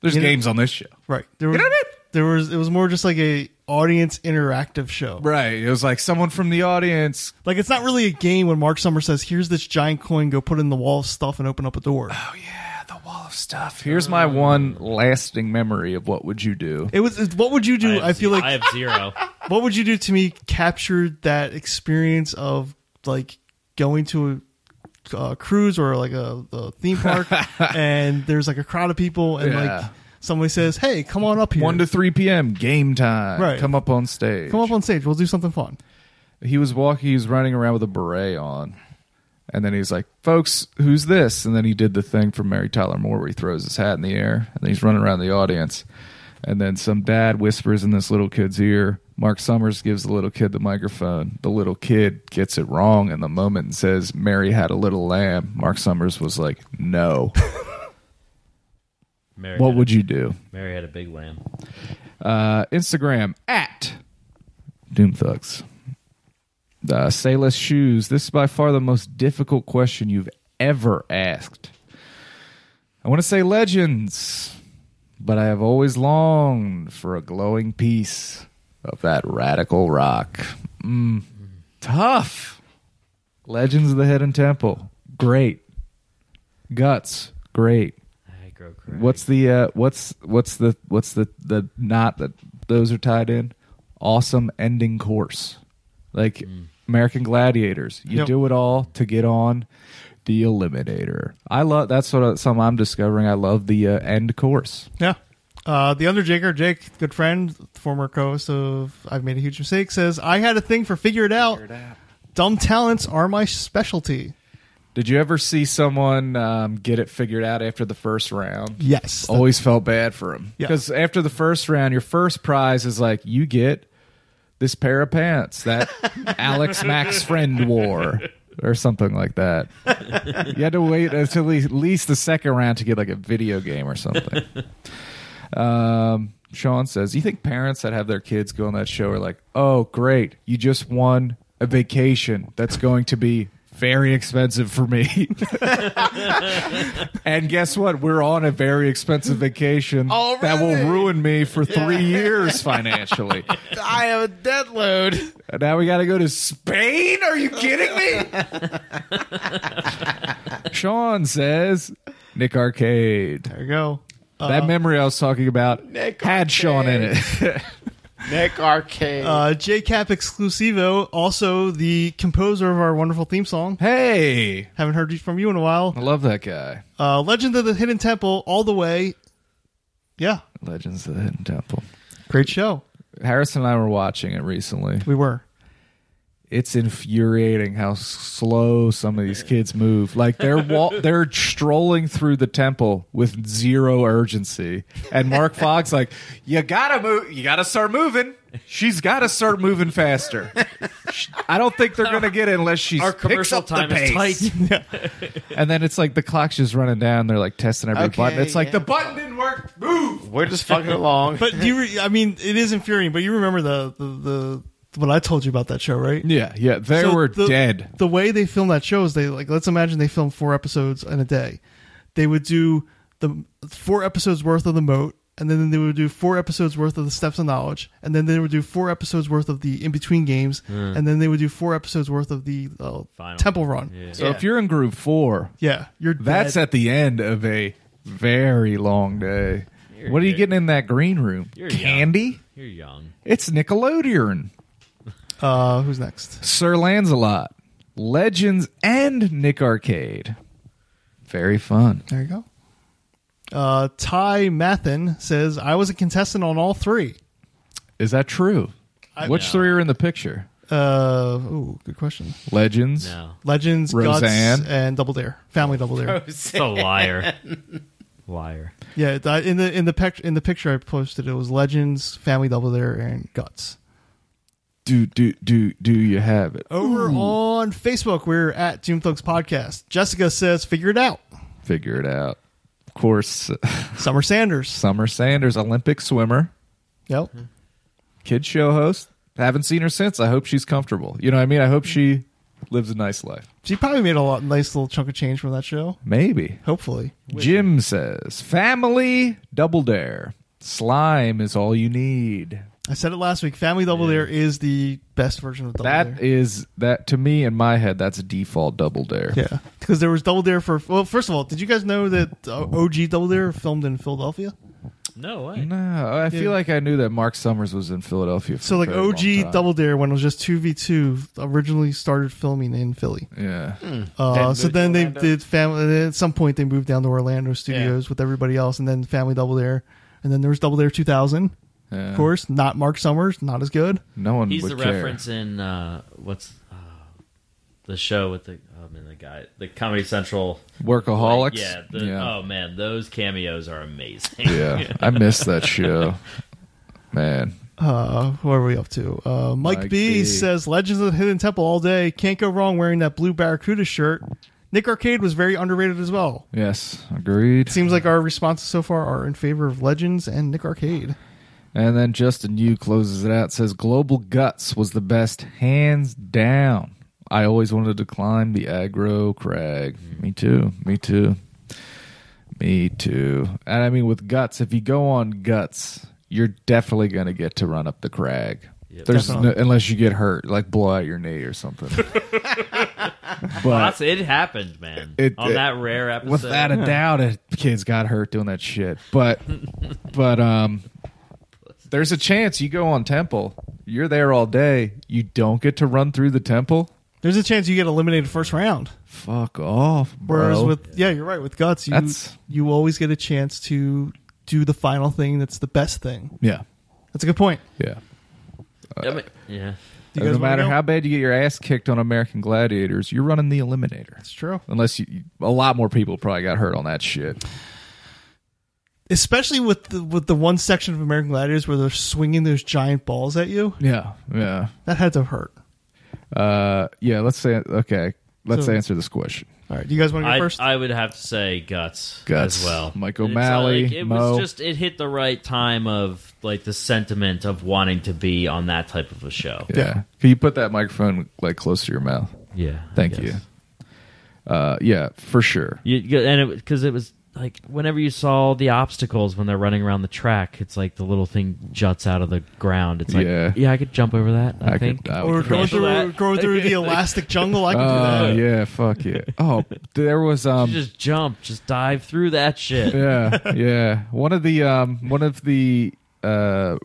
S1: There's
S2: you know-
S1: games on this show,
S2: right there
S1: You
S2: was
S1: know what I mean?
S2: there was it was more just like a audience interactive show.
S1: right? It was like someone from the audience.
S2: Like it's not really a game when Mark Summers says, "Here's this giant coin, go put it in the wall of stuff and open up a door."
S1: Oh yeah, the wall of stuff. Uh, Here's my one lasting memory of what would you do?
S2: It was. It's, what would you do?
S4: have
S2: I, feel
S4: ze-
S2: like
S4: I have zero.
S2: what would you do to me captured that experience of like going to a uh, cruise or like a, a theme park and there's like a crowd of people and
S1: Yeah.
S2: like somebody says, "Hey, come on up here."
S1: One to three p.m. game time.
S2: Right.
S1: Come up on stage.
S2: Come up on stage. We'll do something fun.
S1: he was walking he was running around with a beret on and then he's like folks who's this and then he did the thing from mary tyler moore where he throws his hat in the air and then he's running around the audience and then some dad whispers in this little kid's ear mark summers gives the little kid the microphone the little kid gets it wrong in the moment and says mary had a little lamb mark summers was like no
S4: Mary
S1: what
S4: had
S1: would you do
S4: a, Mary had a big lamb.
S1: uh, Instagram at Doom Thugs. Uh, say less shoes. This is by far the most difficult question you've ever asked. I want to say legends, but I have always longed for a glowing piece of that radical rock. Mm, tough. Legends of the Hidden Temple. Great. Guts. Great.
S4: I grow correct.
S1: What's the uh, what's what's the what's the the knot that those are tied in? Awesome ending course, like American Gladiators. You
S2: Yep.
S1: do it all to get on the Eliminator. I love that's what I- something I'm discovering. I love the uh, end course.
S2: Yeah. Uh, the Underjaker, Jake, good friend, former co-host of I've Made a Huge Mistake, says, I had a thing for Figure It Out. Dumb talents are my specialty.
S1: Did you ever see someone um, get it figured out after the first round?
S2: Yes.
S1: Always felt bad for him
S2: Yeah.
S1: because after the first round, your first prize is like you get this pair of pants that Alex Max friend wore or something like that. You had to wait until at least the second round to get like a video game or something. Um, Sean says, "You think parents that have their kids go on that show are like, oh great, you just won a vacation that's going to be." Very expensive for me. and guess what? We're on a very expensive vacation that will
S3: Already.
S1: ruin me for three years financially.
S3: I have a dead load.
S1: Now we got to go to Spain? Are you kidding me? Sean says Nick Arcade.
S2: There you go.
S1: that memory I was talking about
S3: Uh, Nick
S1: had Sean in
S3: Arcade.
S1: it.
S3: Nick Arcade.
S2: Uh, JCap Exclusivo, also the composer of our wonderful theme song.
S1: hey,
S2: Haven't heard from you in a while.
S1: I love that guy.
S2: Uh, Legend of the Hidden Temple, all the way. Yeah.
S1: Legends of the Hidden Temple.
S2: Great show.
S1: Harrison and I were watching it recently.
S2: We were.
S1: It's infuriating how slow some of these kids move. Like they're wa- they're strolling through the temple with zero urgency. And Mark Fox like, "You got to move. You got to start moving." She's got to start moving faster. I don't think they're going to get it unless she
S4: Our
S1: picks
S4: commercial
S1: up the
S4: time is
S1: pace.
S4: tight.
S1: And then it's like the clock's just running down. They're like testing every
S3: Okay,
S1: button. It's like
S3: yeah.
S1: the button didn't work. Move.
S3: We're just fucking along.
S2: But do you, re- I mean, it is infuriating. But you remember the the, the what I told you about that show, right?
S1: Yeah, yeah. They
S2: So
S1: were
S2: the-
S1: dead.
S2: The way they film that show is they like let's imagine they film four episodes in a day. They would do the four episodes worth of the moat, and then they would do four episodes worth of the steps of knowledge, and then they would do four episodes worth of the in between games,
S1: Hmm.
S2: and then they would do four episodes worth of the uh,
S4: Final.
S2: temple run. Yeah,
S4: Yeah.
S1: So
S3: Yeah.
S1: if you're in group four,
S2: you're
S1: that's
S2: dead.
S1: at the end of a very long day. what are you
S4: good.
S1: getting in that green room?
S4: You're young.
S1: Candy?
S4: You're young.
S1: It's Nickelodeon.
S2: Uh, who's next?
S1: Sir Lancelot, Legends, and Nick Arcade. Very fun.
S2: There you go. Uh, Ty Mathen says I was a contestant on all three.
S1: Is that true? Which
S4: No.
S1: three are in the picture?
S2: Uh, ooh, good question.
S1: Legends.
S4: No,
S2: Legends,
S1: Roseanne.
S2: Guts, and Double Dare. Family Double Dare.
S4: it's a liar. liar.
S2: Yeah, it- I- in the in the pec- in the picture I posted, it was Legends, Family Double Dare, and Guts.
S1: Do do do do you have it?
S2: Over on Facebook, we're at Doom Thugs Podcast. Jessica says, "Figure it out."
S1: Figure it out. Of course,
S2: Summer Sanders.
S1: Summer Sanders, Olympic swimmer,
S2: Yep.
S1: Mm-hmm. kid show host. Haven't seen her since. I hope she's comfortable. You know what I mean? I hope she lives a nice life.
S2: She probably made a lot nice little chunk of change from that show.
S1: Maybe.
S2: Hopefully,
S1: Jim says, "Family double dare. Slime is all you need."
S2: I said it last week. Family Double Dare is the best version of Double
S1: That
S2: Dare.
S1: is that to me in my head. That's a default double dare.
S2: yeah, because there was Double Dare for. Well, first of all, did you guys know that uh, OG Double Dare filmed in Philadelphia?
S4: No way.
S1: No, I feel
S2: Yeah.
S1: like I knew that Mark Summers was in Philadelphia. For
S2: So
S1: a
S2: like
S1: very long
S2: OG
S1: time.
S2: Double Dare when it was just two v two originally started filming in Philly.
S1: Yeah,
S4: Hmm.
S2: Uh,
S3: Then
S2: so
S3: moved
S2: then
S3: to
S2: they
S3: Orlando.
S2: did family. then At some point, they moved down to Orlando Studios with everybody else, and then Family Double Dare, and then there was Double Dare 2000.
S1: Yeah.
S2: Of course, not Mark Summers, not as good.
S1: no one
S4: He's
S1: would
S4: the
S1: care.
S4: reference in uh, what's uh, the show with the oh man the guy the Comedy Central
S1: Workaholics.
S4: yeah, the,
S1: yeah.
S4: oh man those cameos are amazing
S1: Yeah. I miss that show. Man,
S2: Uh, who are we up to? Uh, Mike,
S1: Mike
S2: B,
S1: B.
S2: says Legends of the Hidden Temple all day. Can't go wrong wearing that blue Barracuda shirt. Nick Arcade was very underrated as well.
S1: yes, agreed.
S2: Seems like our responses so far are in favor of Legends and Nick Arcade.
S1: And then Justin Yu closes it out. Says Global Guts was the best, hands down. I always wanted to climb the aggro crag. Me too. Me too. Me too. And I mean, with guts, if you go on guts, you're definitely gonna get to run up the crag.
S4: Yep.
S1: There's no,
S2: Definitely.
S1: unless you get hurt, like blow out your knee or something.
S4: Well,
S1: but
S4: that's- it happened man
S1: It-
S4: on
S1: it-
S4: that rare episode
S1: without a doubt, a kid's got hurt doing that shit. But but um, there's a chance you go on temple. You're there all day. You don't get to run through the temple.
S2: There's a chance you get eliminated first round.
S1: Fuck off, bro.
S2: Whereas with yeah, you're right. With guts, you
S1: That's-
S2: you always get a chance to do the final thing. That's the best thing.
S1: yeah,
S2: That's a good point.
S1: yeah.
S4: I mean, yeah
S2: Do you
S1: no
S2: guys wanna
S1: matter
S2: go?
S1: how bad you get your ass kicked on American Gladiators, you're running the eliminator.
S2: it's true,
S1: Unless you, you- a lot more people probably got hurt on that shit.
S2: especially with the, with the one section of American Gladiators where they're swinging those giant balls at you.
S1: Yeah, yeah,
S2: That had to hurt.
S1: uh, yeah. Let's say okay. Let's
S2: So-
S1: answer this question.
S2: All right, do you guys want to go
S4: I,
S2: first?
S4: I would have to say guts,
S1: Guts,
S4: as well.
S1: Mike
S4: It's uh,
S1: O'Malley,
S4: like- it
S1: Mo.
S4: was just it hit the right time of like the sentiment of wanting to be on that type of a show.
S1: Yeah. Can you put that microphone like close to your mouth?
S4: Yeah, I
S1: Thank
S4: guess.
S1: you. Uh, yeah, for sure.
S4: You- You, and because it, was like whenever you saw the obstacles when they're running around the track, it's like the little thing juts out of the ground. It's like,
S1: Yeah.
S4: yeah, I could jump over that. I,
S1: I
S4: think.
S1: could. uh, I
S2: or
S1: would
S2: going
S1: crush
S2: through
S4: that.
S2: going through the elastic jungle, I can do
S1: Oh
S2: that.
S1: yeah, fuck yeah. Oh, there was um.
S4: you just jump, just dive through that shit.
S1: yeah, yeah. One of the um, one of the uh,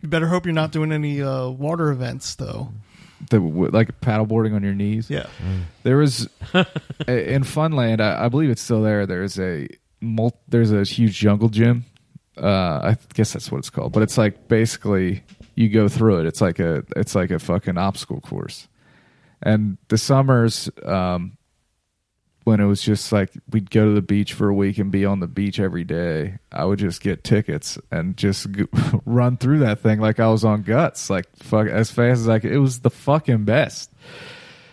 S2: You better hope you're not doing any uh, water events though.
S1: the like paddleboarding on your knees.
S2: Yeah,
S1: There was a- in Funland, I, I believe it's still there. There's a mul- there's a huge jungle gym. Uh, I guess that's what it's called, but it's like basically you go through it. It's like a it's like a fucking obstacle course. And the summers, um, when it was just like we'd go to the beach for a week and be on the beach every day, I would just get tickets and just g- run through that thing like I was on guts, like fuck as fast as I could. It was the fucking best.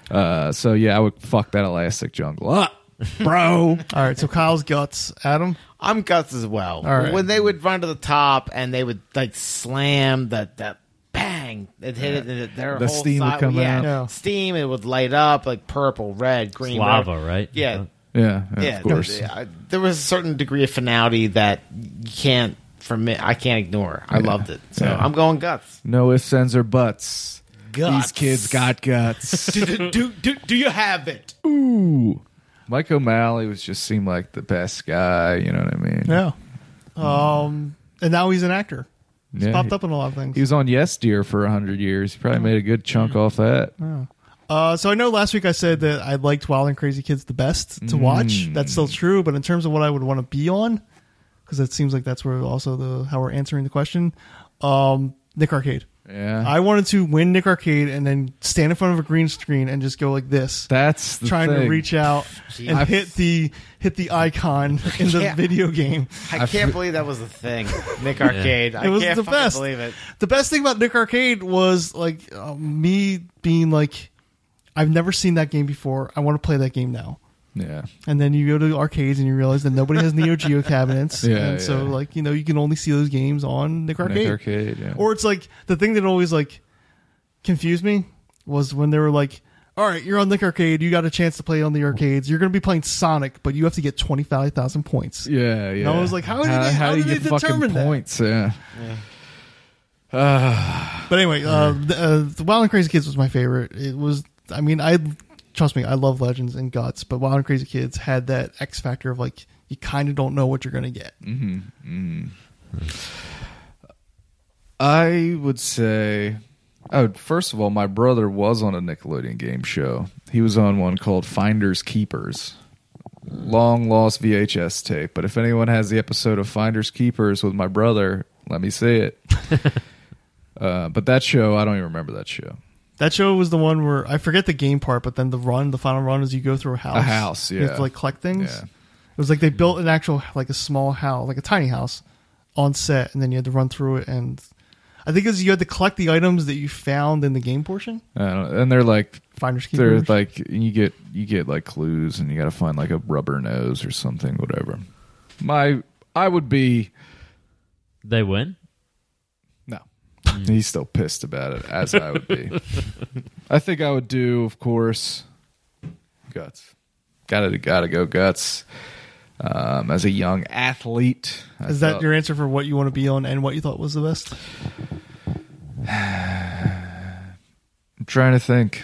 S1: Uh, so yeah, I would fuck that elastic jungle up, bro.
S2: All right, so Kyle's guts, Adam.
S3: I'm guts as well.
S2: right.
S3: When they would run to the top and they would like slam that that bang, it hit it. And it- their
S1: The
S3: whole
S1: steam would
S3: side-
S1: come
S3: yeah,
S1: out.
S2: Yeah.
S3: Steam. It would light up like purple, red, green,
S4: lava,
S3: whatever.
S4: right? Uh,
S3: Yeah,
S1: Yeah,
S3: yeah.
S1: of course.
S3: There, I- there was a certain degree of finality that you can't for me. I can't ignore. I loved it. So
S1: Yeah.
S3: I'm going guts.
S1: No ifs, ands, or buts.
S3: Guts.
S1: These kids got guts.
S3: do, do, do, do you have it?
S1: Ooh. Mike O'Malley was just seemed like the best guy. You know what I mean?
S2: Yeah. Um, and now he's an actor. He's
S1: Yeah,
S2: popped
S1: he-
S2: up in a lot of things.
S1: He was on Yes Dear for hundred years. He probably made a good chunk off that.
S2: Uh, so I know last week I said that I liked Wild and Crazy Kids the best
S1: Mm.
S2: to watch. That's still true, but in terms of what I would want to be on, because it seems like that's where also the how we're answering the question. Um, Nick Arcade.
S1: Yeah.
S2: I wanted to win Nick Arcade and then stand in front of a green screen and just go like this,
S1: That's the
S2: trying to
S1: thing.
S2: reach out and
S1: I've-
S2: hit the hit the icon in the
S3: Yeah.
S2: video game.
S3: I,
S1: I
S3: can't
S1: fe-
S3: believe that was a thing. Nick Arcade. I
S2: It was
S3: can't
S2: the
S3: fucking
S2: best.
S3: believe it.
S2: The best thing about Nick Arcade was like uh, me being like, I've never seen that game before. I want to play that game now.
S1: Yeah.
S2: And then you go to arcades and you realize that nobody has Neo Geo cabinets.
S1: Yeah,
S2: and so
S1: yeah.
S2: like, you know, you can only see those games on Nick Arcade.
S1: Nick Arcade. Yeah.
S2: Or it's like the thing that always like confused me was when they were like, All right, you're on Nick Arcade, you got a chance to play on the arcades, you're gonna be playing Sonic, but you have to get twenty five thousand points.
S1: yeah, yeah.
S2: I was like, how did they- how
S1: do you
S2: did they
S1: get fucking
S2: determine that?
S1: points? Yeah.
S2: But anyway, uh, the, uh, the Wild and Crazy Kids was my favorite. It was, I mean, I trust me, I love Legends and Guts, but Wild and Crazy Kids had that X factor of like you kind of don't know what you're gonna get.
S1: Mm. I would say, oh, first of all, my brother was on a Nickelodeon game show. He was on one called Finders Keepers, long lost VHS tape. But if anyone has the episode of Finders Keepers with my brother, let me see it. uh, but that show, I don't even remember that show.
S2: That show was the one where I forget the game part, but then the run, the final run, is you go through a house.
S1: A house,
S2: You have
S1: yeah.
S2: to like collect things.
S1: Yeah.
S2: It was like they built an actual like a small house, like a tiny house, on set, and then you had to run through it. And I think it was you had to collect the items that you found in the game portion.
S1: I don't know. And they're like
S2: Finders
S1: they're
S2: keepers.
S1: like you get you get like clues and you got to find like a rubber nose or something whatever my i would be
S4: They win.
S1: no he's still pissed about it as i would be i think i would do of course guts gotta gotta go guts um, as a young athlete I
S2: is that
S1: felt-
S2: your answer for what you want to be on and what you thought was the best?
S1: I'm trying to think.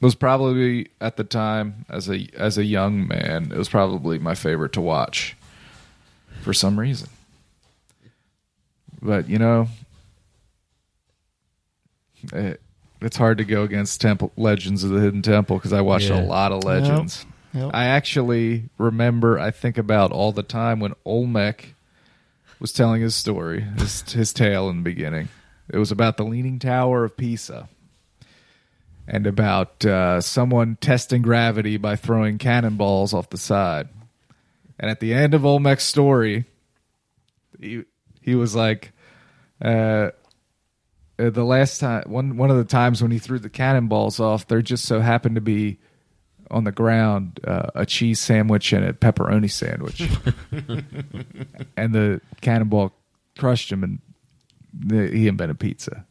S1: Was probably at the time as a as a young man, it was probably my favorite to watch for some reason. But you know, it, it's hard to go against Temple Legends of the Hidden Temple because I watched
S4: Yeah.
S1: a lot of Legends.
S2: Yep.
S1: I actually remember. I think about all the time when Olmec was telling his story, his, his tale in the beginning. It was about the Leaning Tower of Pisa and about uh, someone testing gravity by throwing cannonballs off the side. And at the end of Olmec's story, he, he was like, uh, uh, the last time, one, one of the times when he threw the cannonballs off, there just so happened to be on the ground uh, a cheese sandwich and a pepperoni sandwich and the cannonball crushed him and the, he invented pizza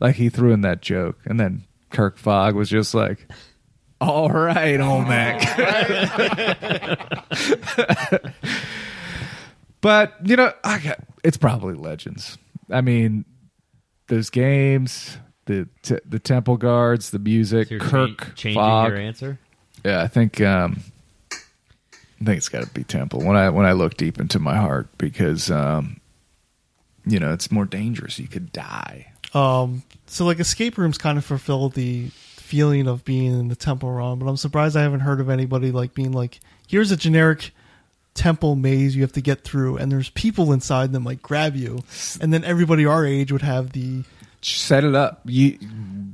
S1: like he threw in that joke and then kirk fogg was just like all right olmec but you know i got it's probably legends i mean those games the t- the temple guards the music
S4: You're
S1: kirk
S4: cha- changing
S1: fogg
S4: your answer.
S1: yeah, I think um, I think it's got to be Temple when I when I look deep into my heart because um, you know it's more dangerous. You could die.
S2: Um, so like escape rooms kind of fulfill the feeling of being in the temple realm, but I'm surprised I haven't heard of anybody like being like, here's a generic temple maze you have to get through, and there's people inside that might grab you, and then everybody our age would have the
S1: Set it up. You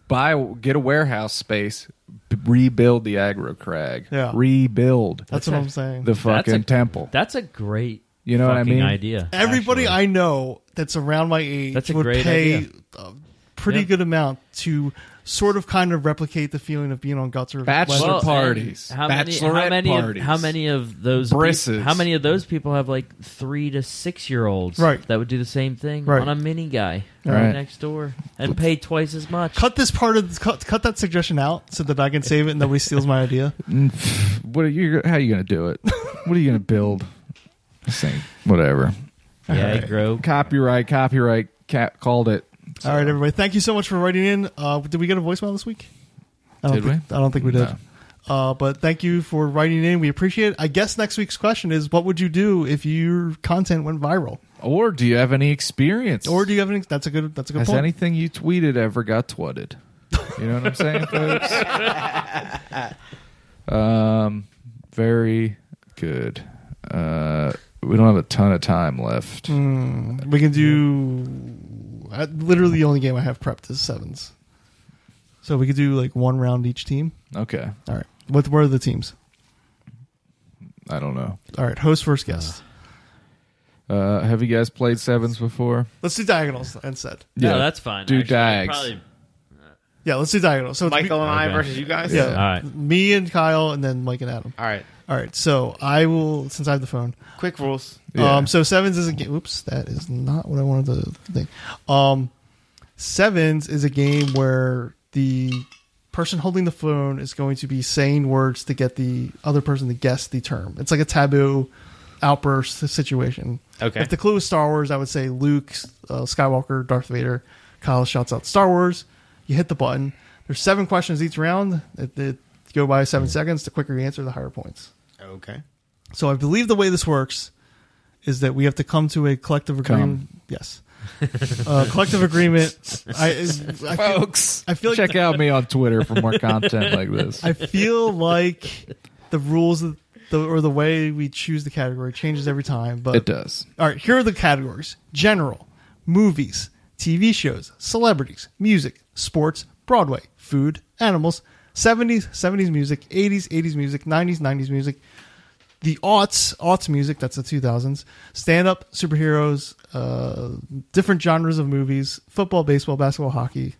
S1: buy get a warehouse space, b- rebuild the aggro crag.
S2: Yeah.
S1: Rebuild
S2: That's what I'm saying.
S1: the fucking
S4: a-
S1: temple.
S4: That's a great
S1: You know what I
S4: fucking
S1: mean?
S4: idea.
S2: Everybody
S4: actually.
S2: I know that's around my age
S4: That's a
S2: would
S4: great
S2: pay
S4: idea.
S2: a pretty
S4: Yeah.
S2: good amount to sort of kind of replicate the feeling of being on Guts or
S1: Bachelor
S2: Leather.
S1: Well, parties,
S4: and How many,
S1: bachelorette
S4: how many
S1: parties.
S4: Of, how many of those
S1: Brisses.
S4: peop- how many of those people have like three to six year olds
S2: Right.
S4: that would do the same thing
S2: Right.
S4: on a mini guy
S1: Right.
S4: next door and pay twice as much.
S2: Cut this part of cut, cut that suggestion out so that I can save it and nobody steals my idea.
S1: What are you? How are you going to do it? what are you going to build? This thing, whatever.
S4: yeah,
S1: Alright.
S4: grow.
S1: Copyright, copyright. Cat called it.
S2: All right, everybody. Thank you so much for writing in. Uh, did we get a voicemail this week? I don't
S1: Did
S2: think,
S1: we?
S2: I don't think we did.
S1: No.
S2: Uh, but thank you for writing in. We appreciate it. I guess next week's question is what would you do if your content went viral?
S1: Or do you have any experience?
S2: Or do you have any? That's a good. That's a good
S1: has
S2: point.
S1: anything you tweeted ever got twatted? You know what I'm saying, folks? um, very good. Uh, we don't have a ton of time left.
S2: Mm. we can do. I, literally, the only game I have prepped is sevens. So we could do like one round each team.
S1: Okay,
S2: All right. What what are the teams?
S1: I don't know.
S2: All right. Host first guest.
S1: Uh, have you guys played sevens before?
S2: Let's do diagonals instead.
S4: No,
S1: Yeah.
S4: that's fine.
S1: Do
S4: actually.
S1: dags.
S4: Probably-
S2: Yeah, let's do diagonals. So it's
S3: Michael and I
S4: Okay.
S3: versus you guys.
S2: me, yeah,
S4: All right.
S2: me and Kyle, and then Mike and Adam.
S3: All right.
S2: All right, so I will since I have the phone.
S3: Quick rules.
S1: Yeah.
S2: Um, so sevens is a game. Oops, that is not what I wanted to think. Um, sevens is a game where the person holding the phone is going to be saying words to get the other person to guess the term. It's like a taboo outburst situation.
S3: Okay.
S2: If the clue is Star Wars, I would say Luke, uh, Skywalker, Darth Vader. Kyle shouts out Star Wars. You hit the button. There's seven questions each round. It, it go by seven seconds. The quicker you answer, the higher points.
S3: Okay.
S2: So I believe the way this works is that we have to come to a collective agreement. Yes, uh, collective agreement. I, I, feel,
S1: folks,
S2: I feel like
S1: check out me on Twitter for more content like this.
S2: I feel like the rules of the, or the way we choose the category changes every time. But
S1: it does.
S2: all right, here are the categories: general, movies, TV shows, celebrities, music, sports, Broadway, food, animals, 70s, 70s music, 80s, 80s music, 90s, 90s music, the aughts, aughts music, that's the 2000s, stand up, superheroes, uh, different genres of movies, football, baseball, basketball, hockey.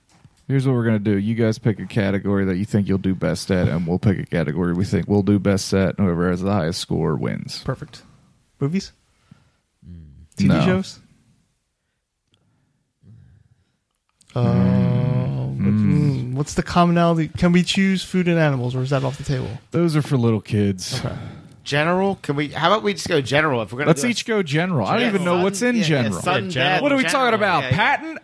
S1: Here's what we're gonna do. You guys pick a category that you think you'll do best at, and we'll pick a category we think we'll do best at, and whoever has the highest score wins.
S2: Perfect. Movies?
S4: Mm.
S2: TV
S1: No.
S2: shows? Uh, what- mm, What's the commonality? Can we choose food and animals, or is that off the table?
S1: Those are for little kids.
S3: General? Can we? How about we just go general? If we're gonna
S1: Let's
S3: do a-
S1: each go general. I don't
S3: Yeah,
S1: even know
S3: sudden-
S1: what's in
S3: yeah, yeah,
S1: general.
S3: sudden
S4: Yeah, general.
S3: death,
S1: what are we
S3: general,
S1: talking about?
S3: yeah, yeah.
S1: Patton?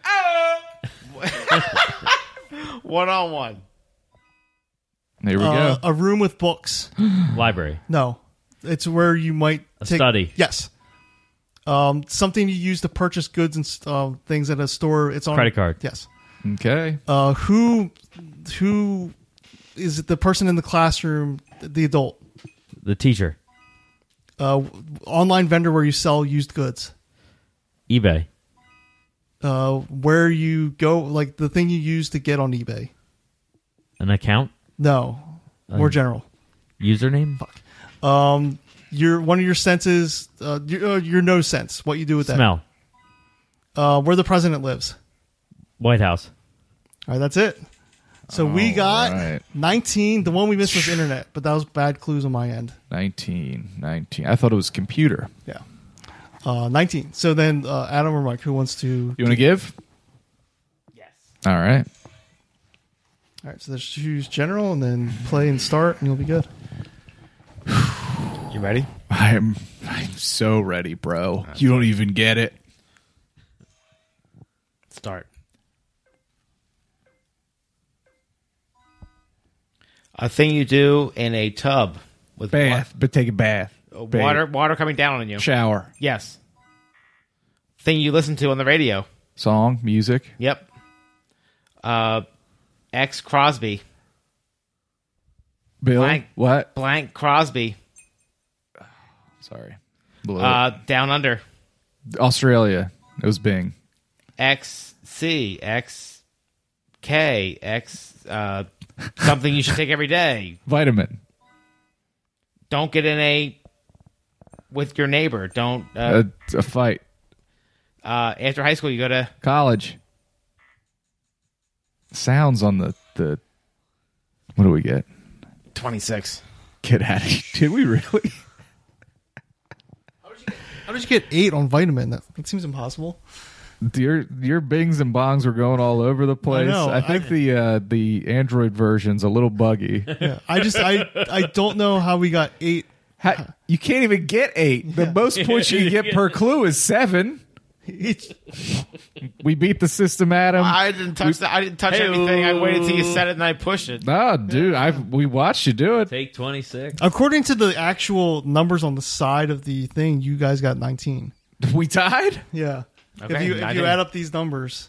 S1: Oh,
S3: One on one.
S1: there we
S2: Uh,
S1: go.
S2: a room with books?
S4: Library.
S2: No, it's where you might
S4: A study.
S2: Yes, um, something you use to purchase goods and um, things at a store. It's on
S4: Credit card.
S2: Yes.
S1: Okay.
S2: Uh, who who is it the person in the classroom? The adult.
S4: The teacher.
S2: uh, online vendor where you sell used goods,
S4: eBay.
S2: uh, where you go, like the thing you use to get on eBay.
S4: An account.
S2: No, more general.
S4: Username.
S2: Um, your one of your senses, uh, your, uh, your nose sense, what you do with that.
S4: Smell.
S2: Uh, where the president lives.
S4: White House.
S2: All right, that's it. So we got
S1: right.
S2: 19. The one we missed was internet, but that was bad clues on my end.
S1: 19, 19. I thought it was computer.
S2: Yeah. Uh, 19. So then uh, Adam or Mike, who wants to?
S1: You want to give? Yes. All right.
S2: All right, so there's choose general and then play and start, and you'll be good.
S3: You ready?
S1: I'm I'm so ready, bro. You don't even get it.
S3: Start. A thing you do in a tub with
S1: Bath, but take a bath.
S3: wa-
S1: Bath.
S3: Uh, water, water coming down on you.
S1: shower,
S3: Yes. Thing you listen to on the radio.
S1: song, music.
S3: Yep. Uh, X Crosby,
S1: Bill,
S3: Blank.
S1: what?
S3: blank Crosby,
S1: Sorry. Blew it.
S3: uh, down under.
S1: Australia. It was Bing.
S3: X C X K X uh, something you should take every day.
S1: Vitamin.
S3: Don't get in a with your neighbor. Don't uh,
S1: A, a fight.
S3: uh, after high school you go to
S1: College. Sounds on the the. What do we get?
S3: twenty six.
S1: Get out of here. Did we really?
S2: How did you get eight on vitamin? That, that seems impossible.
S1: Your your bings and bongs were going all over the place. I,
S2: know,
S1: think
S2: I-
S1: the uh, the Android version's a little buggy.
S2: Yeah, I just I I don't know how we got eight.
S1: How, you can't even get eight. The most points you get per clue is seven.
S2: It's,
S1: We beat the system, Adam.
S3: I didn't touch that. I didn't touch anything. I waited till you said it and I pushed it.
S1: No, Ah, dude, I we watched you do it.
S4: Take 26.
S2: according to the actual numbers on the side of the thing, you guys got nineteen.
S1: We tied.
S2: Yeah. if
S3: Okay,
S2: you if
S3: I
S2: you
S3: didn't-
S2: add up these numbers,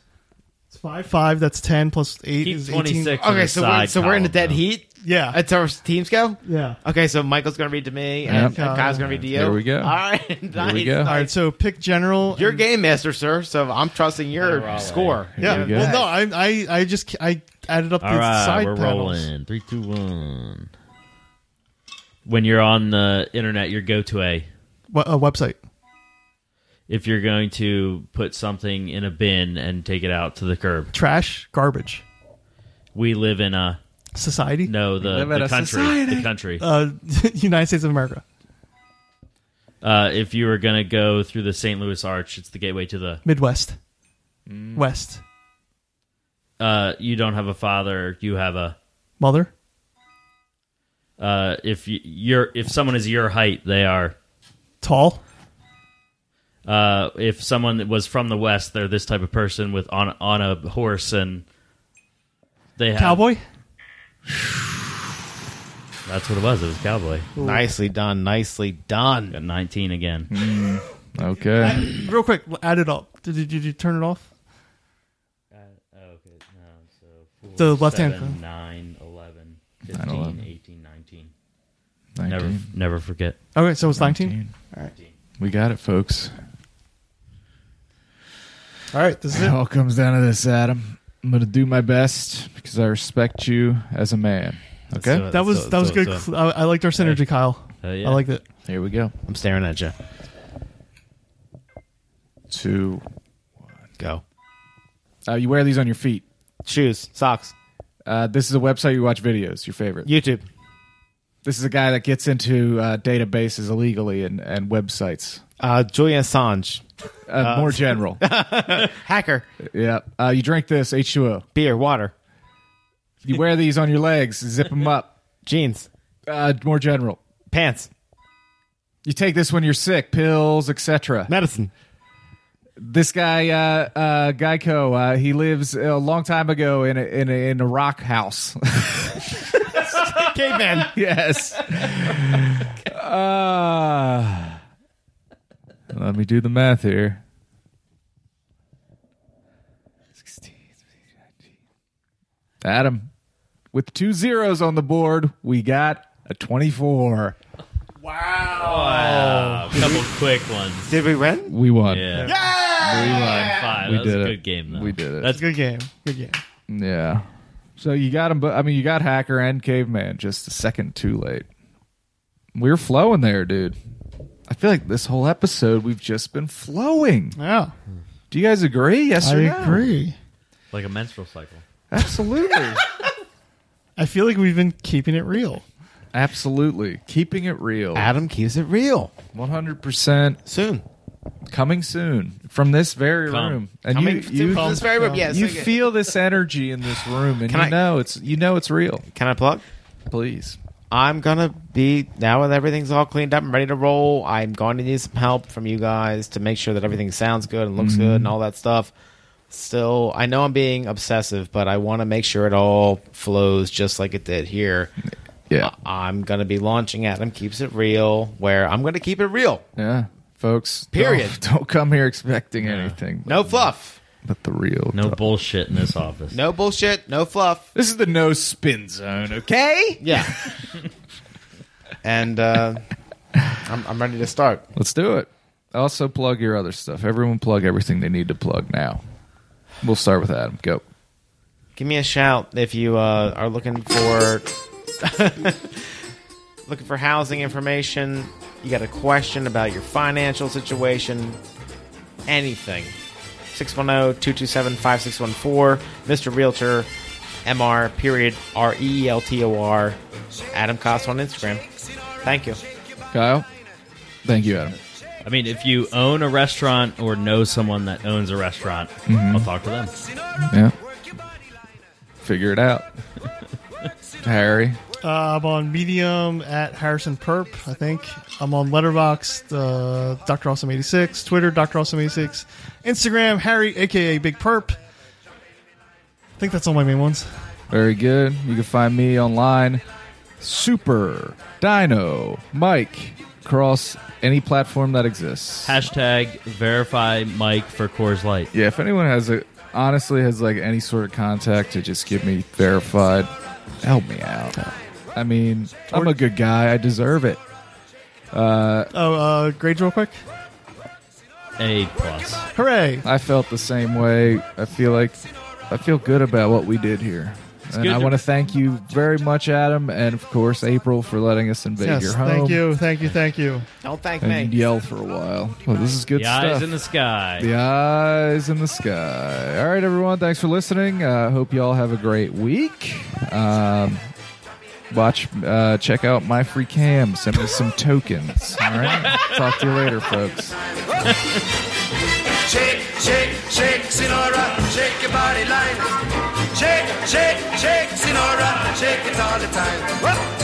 S2: it's five five. That's ten plus eight
S4: Keep
S2: is
S4: 26. on
S3: Okay,
S4: the
S3: so we're,
S4: side
S3: so we're in the
S4: column,
S3: dead
S4: though.
S3: heat.
S2: Yeah.
S3: That's how our teams go.
S2: Yeah.
S3: Okay, so Michael's gonna read to me, and
S2: Yep.
S3: uh, Kyle's gonna read to you.
S1: There we go.
S3: All right, nice.
S1: we go.
S2: All right. So pick general.
S3: You're
S2: and-
S3: game master, sir. So I'm trusting
S4: All
S3: your
S4: right.
S3: score.
S2: Yeah.
S1: There you go.
S2: Well, no, I I I just I added up
S4: All
S2: the
S4: right,
S2: side
S4: we're
S2: panels.
S4: rolling. Three, two, one. When you're on the internet, your go to a
S2: We- uh, website.
S4: if you're going to put something in a bin and take it out to the curb.
S2: Trash. Garbage.
S4: We live in a
S2: Society.
S4: no the,
S1: live in
S4: the
S1: a
S4: country
S1: society.
S4: the country.
S2: Uh, United States of America.
S4: Uh, if you were gonna go through the St. Louis Arch, it's the gateway to the.
S2: Midwest.
S4: Mm.
S2: West.
S4: Uh, you don't have a father. You have a.
S2: Mother.
S4: Uh, if you, you're if someone is your height, they are.
S2: Tall.
S4: Uh, if someone was from the west, they're this type of person with on on a horse and they have,
S2: Cowboy.
S4: That's what it was. It was cowboy.
S3: Nicely done. Nicely done.
S4: Got nineteen again.
S1: Okay.
S2: Real quick. Add it up. Did, did, did you turn it off?
S4: Uh, oh,
S2: The left hand seven,
S4: 9, 11,
S1: 15, 11.
S4: 18, 19.
S1: 19,
S4: Never, never forget.
S2: Okay. So it's 19.
S1: 19. We got it, folks.
S2: All right. This is
S1: It
S2: it.
S1: all comes down to this, Adam. I'm gonna do my best because I respect you as a man. Okay.
S2: That was that was good. cl- I, I liked our synergy, Kyle.
S4: Uh, yeah.
S2: I liked it.
S1: Here we go.
S3: I'm staring at you.
S1: Two.
S3: Go.
S1: Uh, you wear these on your feet.
S3: Shoes, socks,
S1: Uh, this is a website you watch videos. Your favorite.
S3: YouTube.
S1: This is a guy that gets into uh, databases illegally and, and websites.
S3: Uh, Julian Assange,
S1: Uh, more general.
S3: hacker,
S1: yeah. Uh, you drink this H2O.
S3: beer, water,
S1: You wear these on your legs. Zip them up.
S3: jeans,
S1: Uh, more general.
S3: pants,
S1: You take this when you're sick. Pills, etc.
S3: medicine.
S1: This guy, uh, uh, Geico, uh, he lives a long time ago in a, in a, in a rock house.
S3: Caveman.
S1: yes. Uh, let me do the math here. 16, 19. Adam, with two zeros on the board, we got a 24.
S4: Wow. A couple quick ones.
S3: Did we win?
S1: We won.
S4: Yeah.
S1: We won.
S4: Five.
S1: We
S4: that was
S1: did
S4: a
S1: it.
S4: good game, though.
S1: We did it.
S4: That's
S2: It's a good game. Good game.
S1: Yeah. So you got him, but I mean, you got Hacker and Caveman just a second too late. We're flowing there, dude. I feel like this whole episode we've just been flowing.
S2: Yeah.
S1: Do you guys agree? Yes
S2: I
S1: or no?
S2: agree.
S4: like a menstrual cycle.
S1: Absolutely.
S2: I feel like we've been keeping it real.
S1: Absolutely. Keeping it real.
S3: Adam keeps it real.
S1: 100%
S3: Soon.
S1: coming soon from this very
S4: Come.
S1: room. And
S3: Coming
S1: you
S3: to-
S1: you,
S3: from this very room. Yes.
S1: you
S3: okay.
S1: feel this energy in this room and
S3: Can
S1: you
S3: I-
S1: know it's you know it's real.
S3: Can I plug?
S1: Please.
S3: I'm gonna be now that everything's all cleaned up and ready to roll. I'm going to need some help from you guys to make sure that everything sounds good and looks good and all that stuff. Still, I know I'm being obsessive, but I want to make sure it all flows just like it did here.
S1: Yeah.
S3: I- I'm gonna be launching Adam keeps it real, where I'm gonna keep it real.
S1: Yeah. Folks,
S3: Period.
S1: Don't, don't come here expecting anything.
S3: No fluff,
S1: but the real.
S4: No bullshit in this office.
S3: no bullshit, no fluff.
S1: This is the no spin zone, okay?
S3: Yeah. and uh, I'm, I'm ready to start.
S1: Let's do it. Also, plug your other stuff. Everyone, plug everything they need to plug now. We'll start with Adam. Go.
S3: Give me a shout if you uh, are looking for looking for housing information. You got a question about your financial situation, anything. oh, 610-227-5614. Mr. Realtor, MR, period, E R-E-E-L-T-O-R, Adam Cost on Instagram. Thank you.
S1: Kyle, thank you, Adam.
S4: I mean, if you own a restaurant or know someone that owns a restaurant, I'll talk to them.
S1: Yeah. Figure it out. Harry,
S2: Uh, I'm on Medium at Harrison Perp, I think. I'm on Letterboxd, uh, Dr. Awesome 86, Twitter, Dr. Awesome 86, Instagram, Harry, aka Big Perp. I think that's all my main ones.
S1: very good. You can find me online. Super Dino Mike across any platform that exists.
S4: Hashtag verify Mike for Coors Light.
S1: Yeah, if anyone has a honestly has like any sort of contact to just give me verified, help me out. I mean, I'm a good guy. I deserve it.
S2: Oh, uh, grades real quick.
S4: A plus.
S2: Hooray!
S1: I felt the same way. I feel like I feel good about what we did here. And
S4: good
S1: I
S4: to-
S1: want to thank you very much, Adam, and of course April for letting us invade
S2: Yes,
S1: your home.
S2: thank you, thank you, thank you.
S3: Don't thank
S1: And
S3: me.
S1: yell for a while. Well, this is good
S4: The
S1: stuff.
S4: eyes in the sky.
S1: The eyes in the sky. All right, everyone. Thanks for listening. Uh, hope you all have a great week. Um, watch, uh, check out my free cam. Send me some tokens. All right. Talk to you later, folks.
S6: Shake, shake, shake, Sinora, shake your body line. Shake, shake, shake, Sinora, shake it all the time. Whoa.